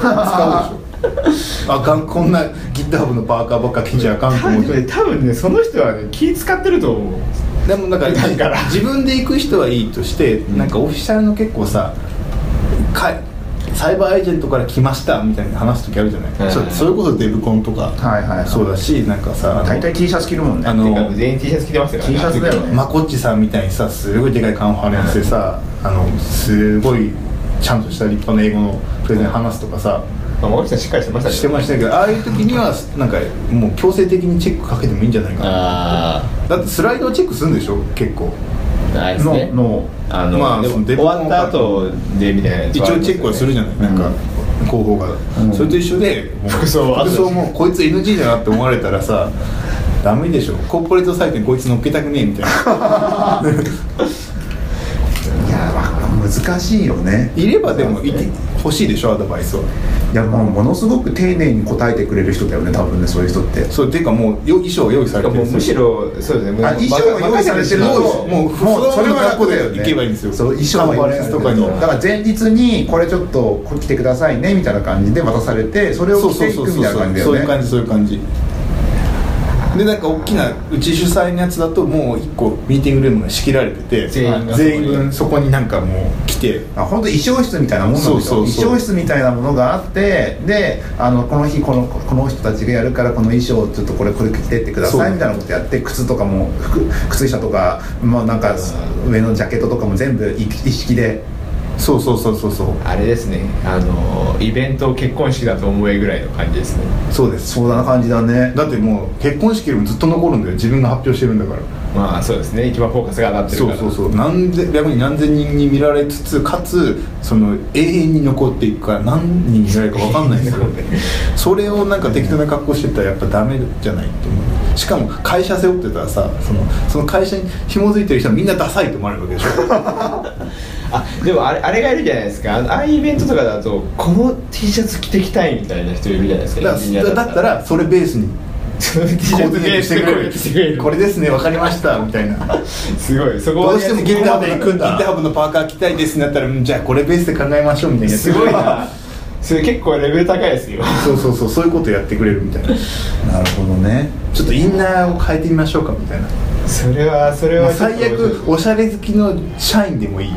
Speaker 2: たら使 うでしょあかんこんな GitHub のパーカーばっか着ちゃあかんと
Speaker 3: 多
Speaker 2: 思っ
Speaker 3: 分ね
Speaker 2: て
Speaker 3: 多分ねその人はね気使ってると思う
Speaker 2: でもなんか
Speaker 3: だから
Speaker 2: 自分で行く人はいいとして、なんかオフィシャルの結構さかサイバーエージェントから来ましたみたいな話す時あるじゃない、
Speaker 3: うん
Speaker 2: そそれこそデブコンとか、
Speaker 1: いはいはい
Speaker 2: そうだしなんかさあの
Speaker 1: 大体 T シャツ着るもんね
Speaker 2: あの
Speaker 3: てか全員 T シャツ着てますよ
Speaker 1: T シャツだよね
Speaker 2: まこっちさんみたいにさすごいでかいカンファレンスでさあのすごいちゃんとした立派な英語のプレゼン話すとかさ
Speaker 3: まあ、森下しっかりしてました
Speaker 2: してましたたけどああいう時にはなんかもう強制的にチェックかけてもいいんじゃないかな
Speaker 3: あ
Speaker 2: だってスライドをチェックするんでしょ結構
Speaker 3: あないですね
Speaker 1: のの
Speaker 3: あの、
Speaker 2: まあ
Speaker 3: でも
Speaker 2: そのデ
Speaker 3: 終
Speaker 2: ブ
Speaker 3: わった後でみたいなやつ
Speaker 2: 一
Speaker 3: はあり
Speaker 2: 応
Speaker 3: ますよね
Speaker 2: チェックはするじゃない、なんか広報が、
Speaker 1: ん
Speaker 2: それと一緒でもう
Speaker 3: 服装は
Speaker 2: 服装もこいつ NG だなって思われたらさダメでしょコーポレートサイトにこいつ乗っけたくねえみたいな
Speaker 1: いやー難しいよね
Speaker 2: いればでもいて欲しいでしょアドバイスはい
Speaker 1: やもうものすごく丁寧に答えてくれる人だよね多分ねそういう人って
Speaker 2: そうっていうかもうよ衣装用意さ
Speaker 3: て
Speaker 2: れ
Speaker 3: か
Speaker 2: てる
Speaker 3: もうむしろそうですねもう
Speaker 1: あ衣装が用意されてる
Speaker 3: 任せ
Speaker 2: も
Speaker 3: と
Speaker 2: うもう
Speaker 1: もうそ
Speaker 2: そ
Speaker 1: れ
Speaker 2: れ
Speaker 1: は
Speaker 2: は
Speaker 1: 楽
Speaker 2: 楽
Speaker 1: だよ
Speaker 2: で
Speaker 1: ね
Speaker 2: 行けばいいんですよ
Speaker 1: そう衣装
Speaker 2: カンファレンスとかに
Speaker 1: 用意されてるだから前日にこれちょっとこれ着てくださいねみたいな感じで渡されてそれを
Speaker 2: そう
Speaker 1: 着
Speaker 2: そ
Speaker 1: て
Speaker 2: う
Speaker 1: いく
Speaker 2: そう
Speaker 1: み
Speaker 2: そう
Speaker 1: たいな感じだよ
Speaker 2: そう
Speaker 1: ね
Speaker 2: いう感じそういう感じでなんか大きなうち主催のやつだともう一個ミーティングルームが仕切られてて
Speaker 3: 全員が
Speaker 2: 全員そこになんかもう来て
Speaker 1: あ本当衣装室みたいなものなんです
Speaker 2: そ
Speaker 1: よ
Speaker 2: うそうそう
Speaker 1: 衣装室みたいなものがあってであのこの日このこの人たちがやるからこの衣装をちょっとこれこれ着てってくだ
Speaker 2: そ
Speaker 1: さいうみたいなことやって靴とかも服靴下とか、まあ、なんか上のジャケットとかも全部い一式で
Speaker 2: そうそうそうそうそう
Speaker 3: あれですねあのイベントを結婚式だと思えぐらいの感じですね
Speaker 2: そうです
Speaker 1: そうだな感じだね
Speaker 2: だってもう結婚式よりもずっと残るんだよ自分が発表してるんだから
Speaker 3: まあそうですね一番フォーカスが当たってる
Speaker 2: そ
Speaker 3: か
Speaker 2: う
Speaker 3: ら
Speaker 2: そうそう何千逆に何千人に見られつつかつその永遠に残っていくから何人見られるか分かんないん ですよそれをなんか適当な格好してたらやっぱダメじゃないって思うしかも会社背負ってたらさそのその会社に紐づいてる人はみんなダサいと思われるわけ でしょ
Speaker 3: あでもあれあれがいるじゃないですかあのああいうイベントとかだとこの T シャツ着てきたいみたいな人いるじゃないですかエンジニア
Speaker 2: だからだったらそれ ベースに
Speaker 3: その T シ
Speaker 2: コ
Speaker 3: ャ
Speaker 2: ーデ
Speaker 3: ツ
Speaker 2: ィネートしてくれる
Speaker 3: 着てくれる
Speaker 2: これですね分かりましたみたいな
Speaker 3: すごいそこは
Speaker 2: どうしてもギターで行くんだ
Speaker 3: そ
Speaker 2: ギタ
Speaker 3: こま
Speaker 2: ー部のパーカー着たいですになったらうんじゃあこれベースで考えましょうみたいな
Speaker 3: で
Speaker 2: やつ
Speaker 3: すごいなそれ結構レベル高いですよ
Speaker 2: そうそうそうそういうことやってくれるみたいなち
Speaker 1: なるほどね
Speaker 2: ょっとインナーを変えてみましょうかみたいな
Speaker 3: それはそれ
Speaker 2: も
Speaker 3: は
Speaker 2: う最悪おしゃれ好きの社員でもいいよ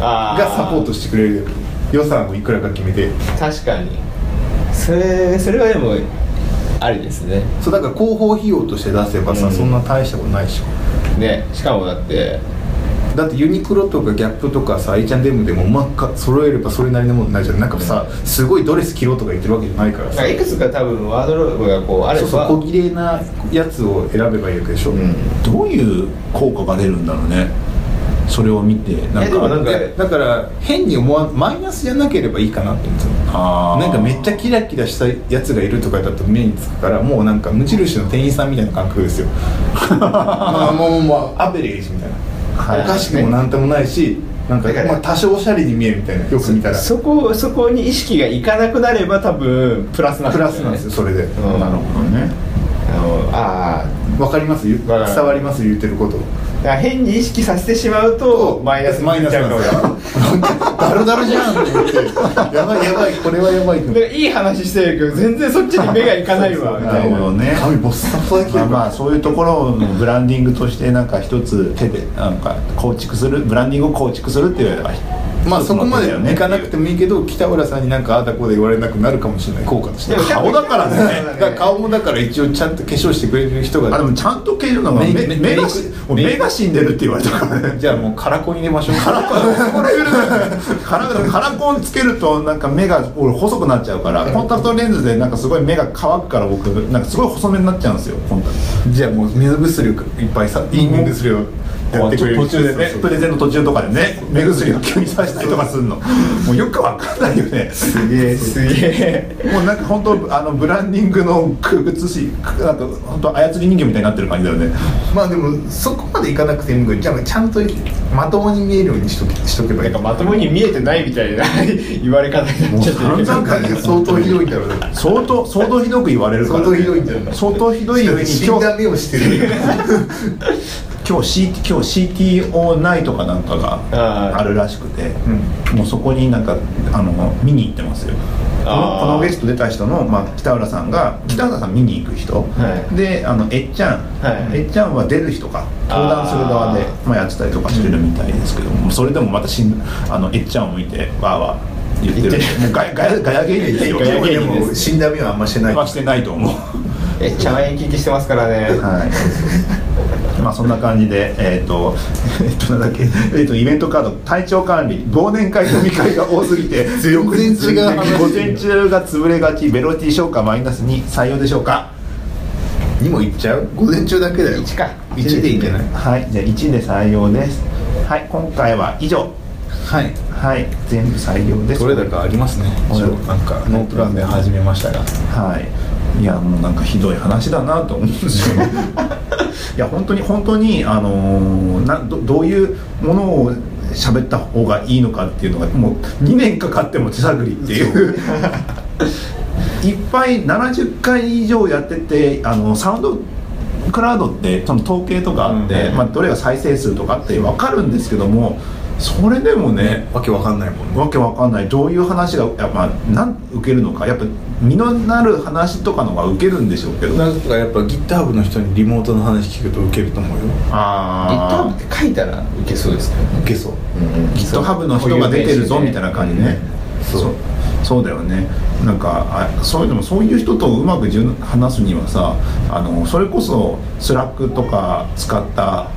Speaker 3: が
Speaker 2: がサポートしてくれる予算をいくらか決めて
Speaker 3: 確かにそれそれはでもありですね
Speaker 2: そうだから広報費用として出せばさ、
Speaker 3: うん
Speaker 2: そんな大したことないでしょ
Speaker 3: ねしかもだって
Speaker 2: だってユニクロとかギャップとかさ H&M でもうまくか揃えればそれなりのものになるじゃんなんかさすごいドレス着ろとか言ってるわけじゃないから
Speaker 3: なんか
Speaker 2: さ
Speaker 3: いくつか多分ワードローブがこうあれば
Speaker 2: そうそう小綺麗なやつを選べばいいわけでしょ、
Speaker 3: うん
Speaker 1: どういう効果が出るんだろうねそれを見てなん
Speaker 3: いやでもな
Speaker 1: か
Speaker 3: んか
Speaker 2: でだから変に思わマイナスじゃなければいいかなって思ってた
Speaker 1: あ
Speaker 2: の
Speaker 1: ー
Speaker 2: なんかめっちゃキラキラしたやつがいるとかだと目につくからもうなんか無印の店員さんみたいな感覚ですよまあもうもうもうアベレージみたいな、
Speaker 3: はい
Speaker 2: おかしくもなんともないしなんか
Speaker 3: だから
Speaker 2: まあ多少おしゃれに見えるみたいなよく見たら
Speaker 3: そこそこに意識がいかなくなれば多分プラスなん
Speaker 2: プラスなんですよそれで
Speaker 3: うん
Speaker 1: なるほどね
Speaker 3: あのあー
Speaker 2: わかります言う伝
Speaker 3: わかる
Speaker 2: わります言ってること
Speaker 3: だから変に意識させてしまうとマイナスに
Speaker 2: マイ
Speaker 3: な
Speaker 2: ナ
Speaker 3: っ
Speaker 2: ス
Speaker 3: ちゃ
Speaker 2: な
Speaker 3: うんか
Speaker 2: で
Speaker 3: も
Speaker 2: すよなんかダルダルじゃんって言ってやばいやばいこれはやばいと思
Speaker 3: だ
Speaker 2: っ
Speaker 3: か
Speaker 2: て
Speaker 3: らいい話してるけど全然そっちに目がいかないわみ
Speaker 1: な
Speaker 3: た
Speaker 1: るほ
Speaker 3: いな
Speaker 1: どね
Speaker 2: 髪ボッサボサだけど
Speaker 1: まあ、まあそういうところのブランディングとしてなんか一つ手でなんか構築するブランディングを構築するっていうよりは
Speaker 2: まあ
Speaker 1: 一つ
Speaker 2: そ
Speaker 1: の
Speaker 2: こまで
Speaker 1: 手だよね
Speaker 2: いかなくてもいいけど北浦さんになんかああだこうで言われなくなるかもしれない効果として
Speaker 3: でも
Speaker 1: 顔だからね
Speaker 3: そうだ
Speaker 2: だから顔もだから一応ちゃんと化粧してくれる人
Speaker 1: あで
Speaker 2: が
Speaker 1: もちゃんと消えるのが目
Speaker 2: 目
Speaker 1: 目
Speaker 2: 目
Speaker 1: が
Speaker 2: 目
Speaker 1: しもう目が死んでるって言われたからね
Speaker 2: じゃあもうカラコン入れましょう
Speaker 1: カラコンこれカラカラコンつけるとなんか目が俺細くなっちゃうからコンタクトレンズでなんかすごい目が乾くから僕なんかすごい細めになっちゃうんですよコンタク
Speaker 2: じゃあもう目薬いっぱいさいい目薬をやってくれる
Speaker 1: ト途中でね
Speaker 2: そうそう
Speaker 1: プレゼンの途中とかでね目薬を急にさしたりとかするのもうよくわかんないよね
Speaker 3: すげえすげえ
Speaker 1: もうなんか本当あのブランディングのくぐつしなんか本当操り人形みたいになってる感じだよね
Speaker 2: まあでもそこまでいかなくてもいいけどじゃあちゃんとまともに見えるようにしとけしとけばい
Speaker 3: な
Speaker 2: い
Speaker 3: んかまともに見えてないみたいな 言われ方になっちゃってるけど
Speaker 2: なんかね相当ひどいんだろうね
Speaker 1: 相当相当ひどく言われるから、ね、
Speaker 2: 相当ひどいんだよな
Speaker 1: 相当ひどい上に
Speaker 2: 死
Speaker 1: 今
Speaker 2: ん
Speaker 1: 日
Speaker 2: だ目をしてる
Speaker 1: 今日 C 今日 CTO ナイトかなんか
Speaker 3: あ
Speaker 1: が
Speaker 3: ー
Speaker 1: あるらしくて、もうそこになんかあの見に行ってますよこの
Speaker 3: あー
Speaker 1: このゲスト出た人の、まあ、北浦さんが北浦さん見に行く人、
Speaker 3: はい
Speaker 1: であのえっちゃん、
Speaker 3: はい
Speaker 1: えっちゃんは出る人か登壇する側で
Speaker 3: あ
Speaker 1: まあ、やってたりとかしてるみたいですけども、それでもまたしんあのえっちゃんを見てわーわー言ってる
Speaker 3: 言ってる
Speaker 1: もうガヤガヤガヤ芸人ですよ
Speaker 3: ガヤ芸人
Speaker 2: でも死んだ目はあんましてない
Speaker 1: はしてないと思う
Speaker 3: え茶碗延期してますからね
Speaker 1: はい。まあそんな感じで、えっ、と、 えっ、となんだっけ、えっ、とイベントカード体調管理忘年会飲み会が多すぎて
Speaker 2: 全然違う話
Speaker 1: 午前中が潰れがちベロティ消化マイナス2採用でしょうか。
Speaker 2: にも行っちゃう午前中だけだよ
Speaker 3: 1か
Speaker 2: 1でいいんじゃない
Speaker 1: はい、じゃあ1で採用です。はい、今回は以上。
Speaker 2: はい
Speaker 1: はい、全部採用です。
Speaker 2: どれだかありますね
Speaker 1: はい
Speaker 2: なんかノープランで始めましたが
Speaker 1: はい、いやもうなんかひどい話だなと思うんです よねいや本当に本当にあのーなどどういうものを喋った方がいいのかっていうのがもう2年かかっても手探りっていう。 いっぱい70回以上やっててあのサウンドクラウドってその統計とかあって、
Speaker 2: うん
Speaker 1: まあ、どれが再生数とかって分かるんですけどもそれでもね
Speaker 2: わけわかんないもんね
Speaker 1: わけわかんないどういう話がやっぱなん受けるのかやっぱ身のなる話とかのが受けるんでしょうけど
Speaker 2: なんかやっぱ GitHub の人にリモートの話聞くとウケると思うよ
Speaker 3: ギター
Speaker 1: あ
Speaker 3: って書いたらウケそうですけどね
Speaker 2: ウケそう
Speaker 1: あ GitHub の人が出てるぞみたいな感じね、
Speaker 2: うん
Speaker 1: そうそうだよねなんかあそういうのもそういう人とうまく順話すにはさあのそれこそスラックとか使った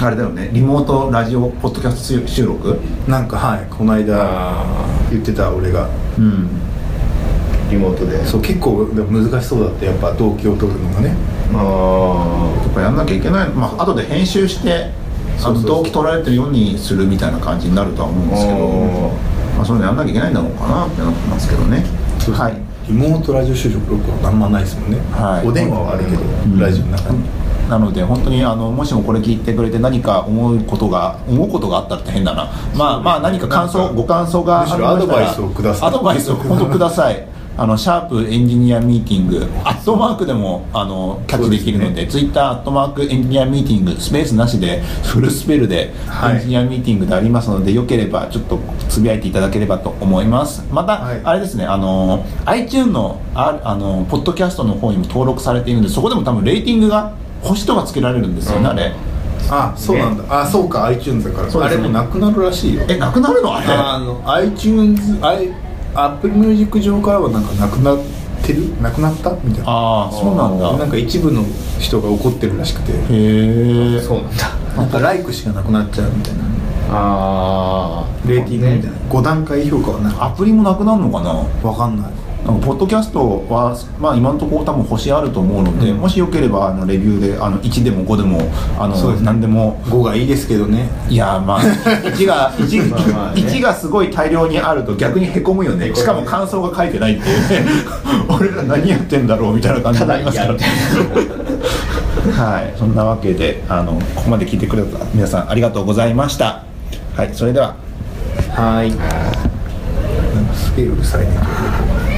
Speaker 1: あれだよねリモートラジオポッドキャスト収録
Speaker 2: なんかはいこの間言ってた俺が
Speaker 1: うん
Speaker 3: リモートで
Speaker 2: そう結構でも難しそうだってやっぱ動機を取るのがね
Speaker 3: あ
Speaker 1: とかやんなきゃいけないまあ後で編集してあ
Speaker 2: そうそう
Speaker 1: の
Speaker 2: そう
Speaker 1: 動機取られてるようにするみたいな感じになるとは思うんですけ
Speaker 3: お
Speaker 1: ど、まあ、そういうのやんなきゃいけないんだろうかなってなってますけどね
Speaker 2: そう
Speaker 1: はい
Speaker 2: リモートラジオ就職録はあんまないですもんね、
Speaker 1: はい
Speaker 2: お電話はあるけど、
Speaker 1: ん
Speaker 2: ラジオの中に、
Speaker 1: なので本当にあのもしもこれ聞いてくれて何か思うことが思うことがあったらって変だなまあまあ何か感
Speaker 2: なん
Speaker 1: 想
Speaker 2: か
Speaker 1: ご感想が
Speaker 2: むしろ
Speaker 1: ありましたら
Speaker 2: アドバイスをください
Speaker 1: アドバイスを本当くださいあのシャープエンジニアミーティングアットマークでもあのキャッチできるの
Speaker 2: そう
Speaker 1: でツイッターアットマークエンジニアミーティングスペースなしでフルスペルで
Speaker 2: はい
Speaker 1: エンジニアミーティングでありますのでよければちょっとつぶやいていただければと思いますまた、
Speaker 2: はい
Speaker 1: あれですねあの iTune のああのポッドキャストの方にも登録されているんでそこでも多分レーティングが星とかつけられるんですよね、
Speaker 3: うん
Speaker 1: あれ
Speaker 2: あそうなんだ、あそうか iTunes だから、
Speaker 1: そう
Speaker 2: あ
Speaker 1: です
Speaker 2: れ
Speaker 1: ね
Speaker 2: もなくなるらしいよ
Speaker 1: えなくなるのあれ
Speaker 2: あの iTunes アップルミュージック上からはなんかなくなってるなくなったみたいな
Speaker 1: ああそうなん
Speaker 2: な
Speaker 1: だ
Speaker 2: んか一部の人が怒ってるらしくて
Speaker 1: へえ
Speaker 3: そうなんだ
Speaker 2: なんかライクしかなくなっちゃうみたいな
Speaker 3: ああ
Speaker 2: レーティングみたいな5段階評価はなんか
Speaker 1: アプリもなくなるのかな
Speaker 2: わかんない
Speaker 1: なんかポッドキャストは、まあ、今のところ多分星あると思うので、
Speaker 2: うん
Speaker 1: もしよければあのレビューであの1でも5でもあ
Speaker 2: そ
Speaker 1: の
Speaker 2: うですね
Speaker 1: 何でも
Speaker 2: 5がいいですけどね
Speaker 1: いやーまあ1が一
Speaker 3: まあまあね
Speaker 1: 一がすごい大量にあると逆にへこむよねしかも感想が書いてないっていうね 俺ら何やってんだろうみたいな感じ
Speaker 3: た
Speaker 1: にな
Speaker 3: だ
Speaker 1: りますか
Speaker 3: や
Speaker 1: ら
Speaker 3: るみたい
Speaker 1: はいそんなわけであのここまで聞いてくれた皆さんありがとうございましたはいそれでは
Speaker 2: はいなんかスケールされてくる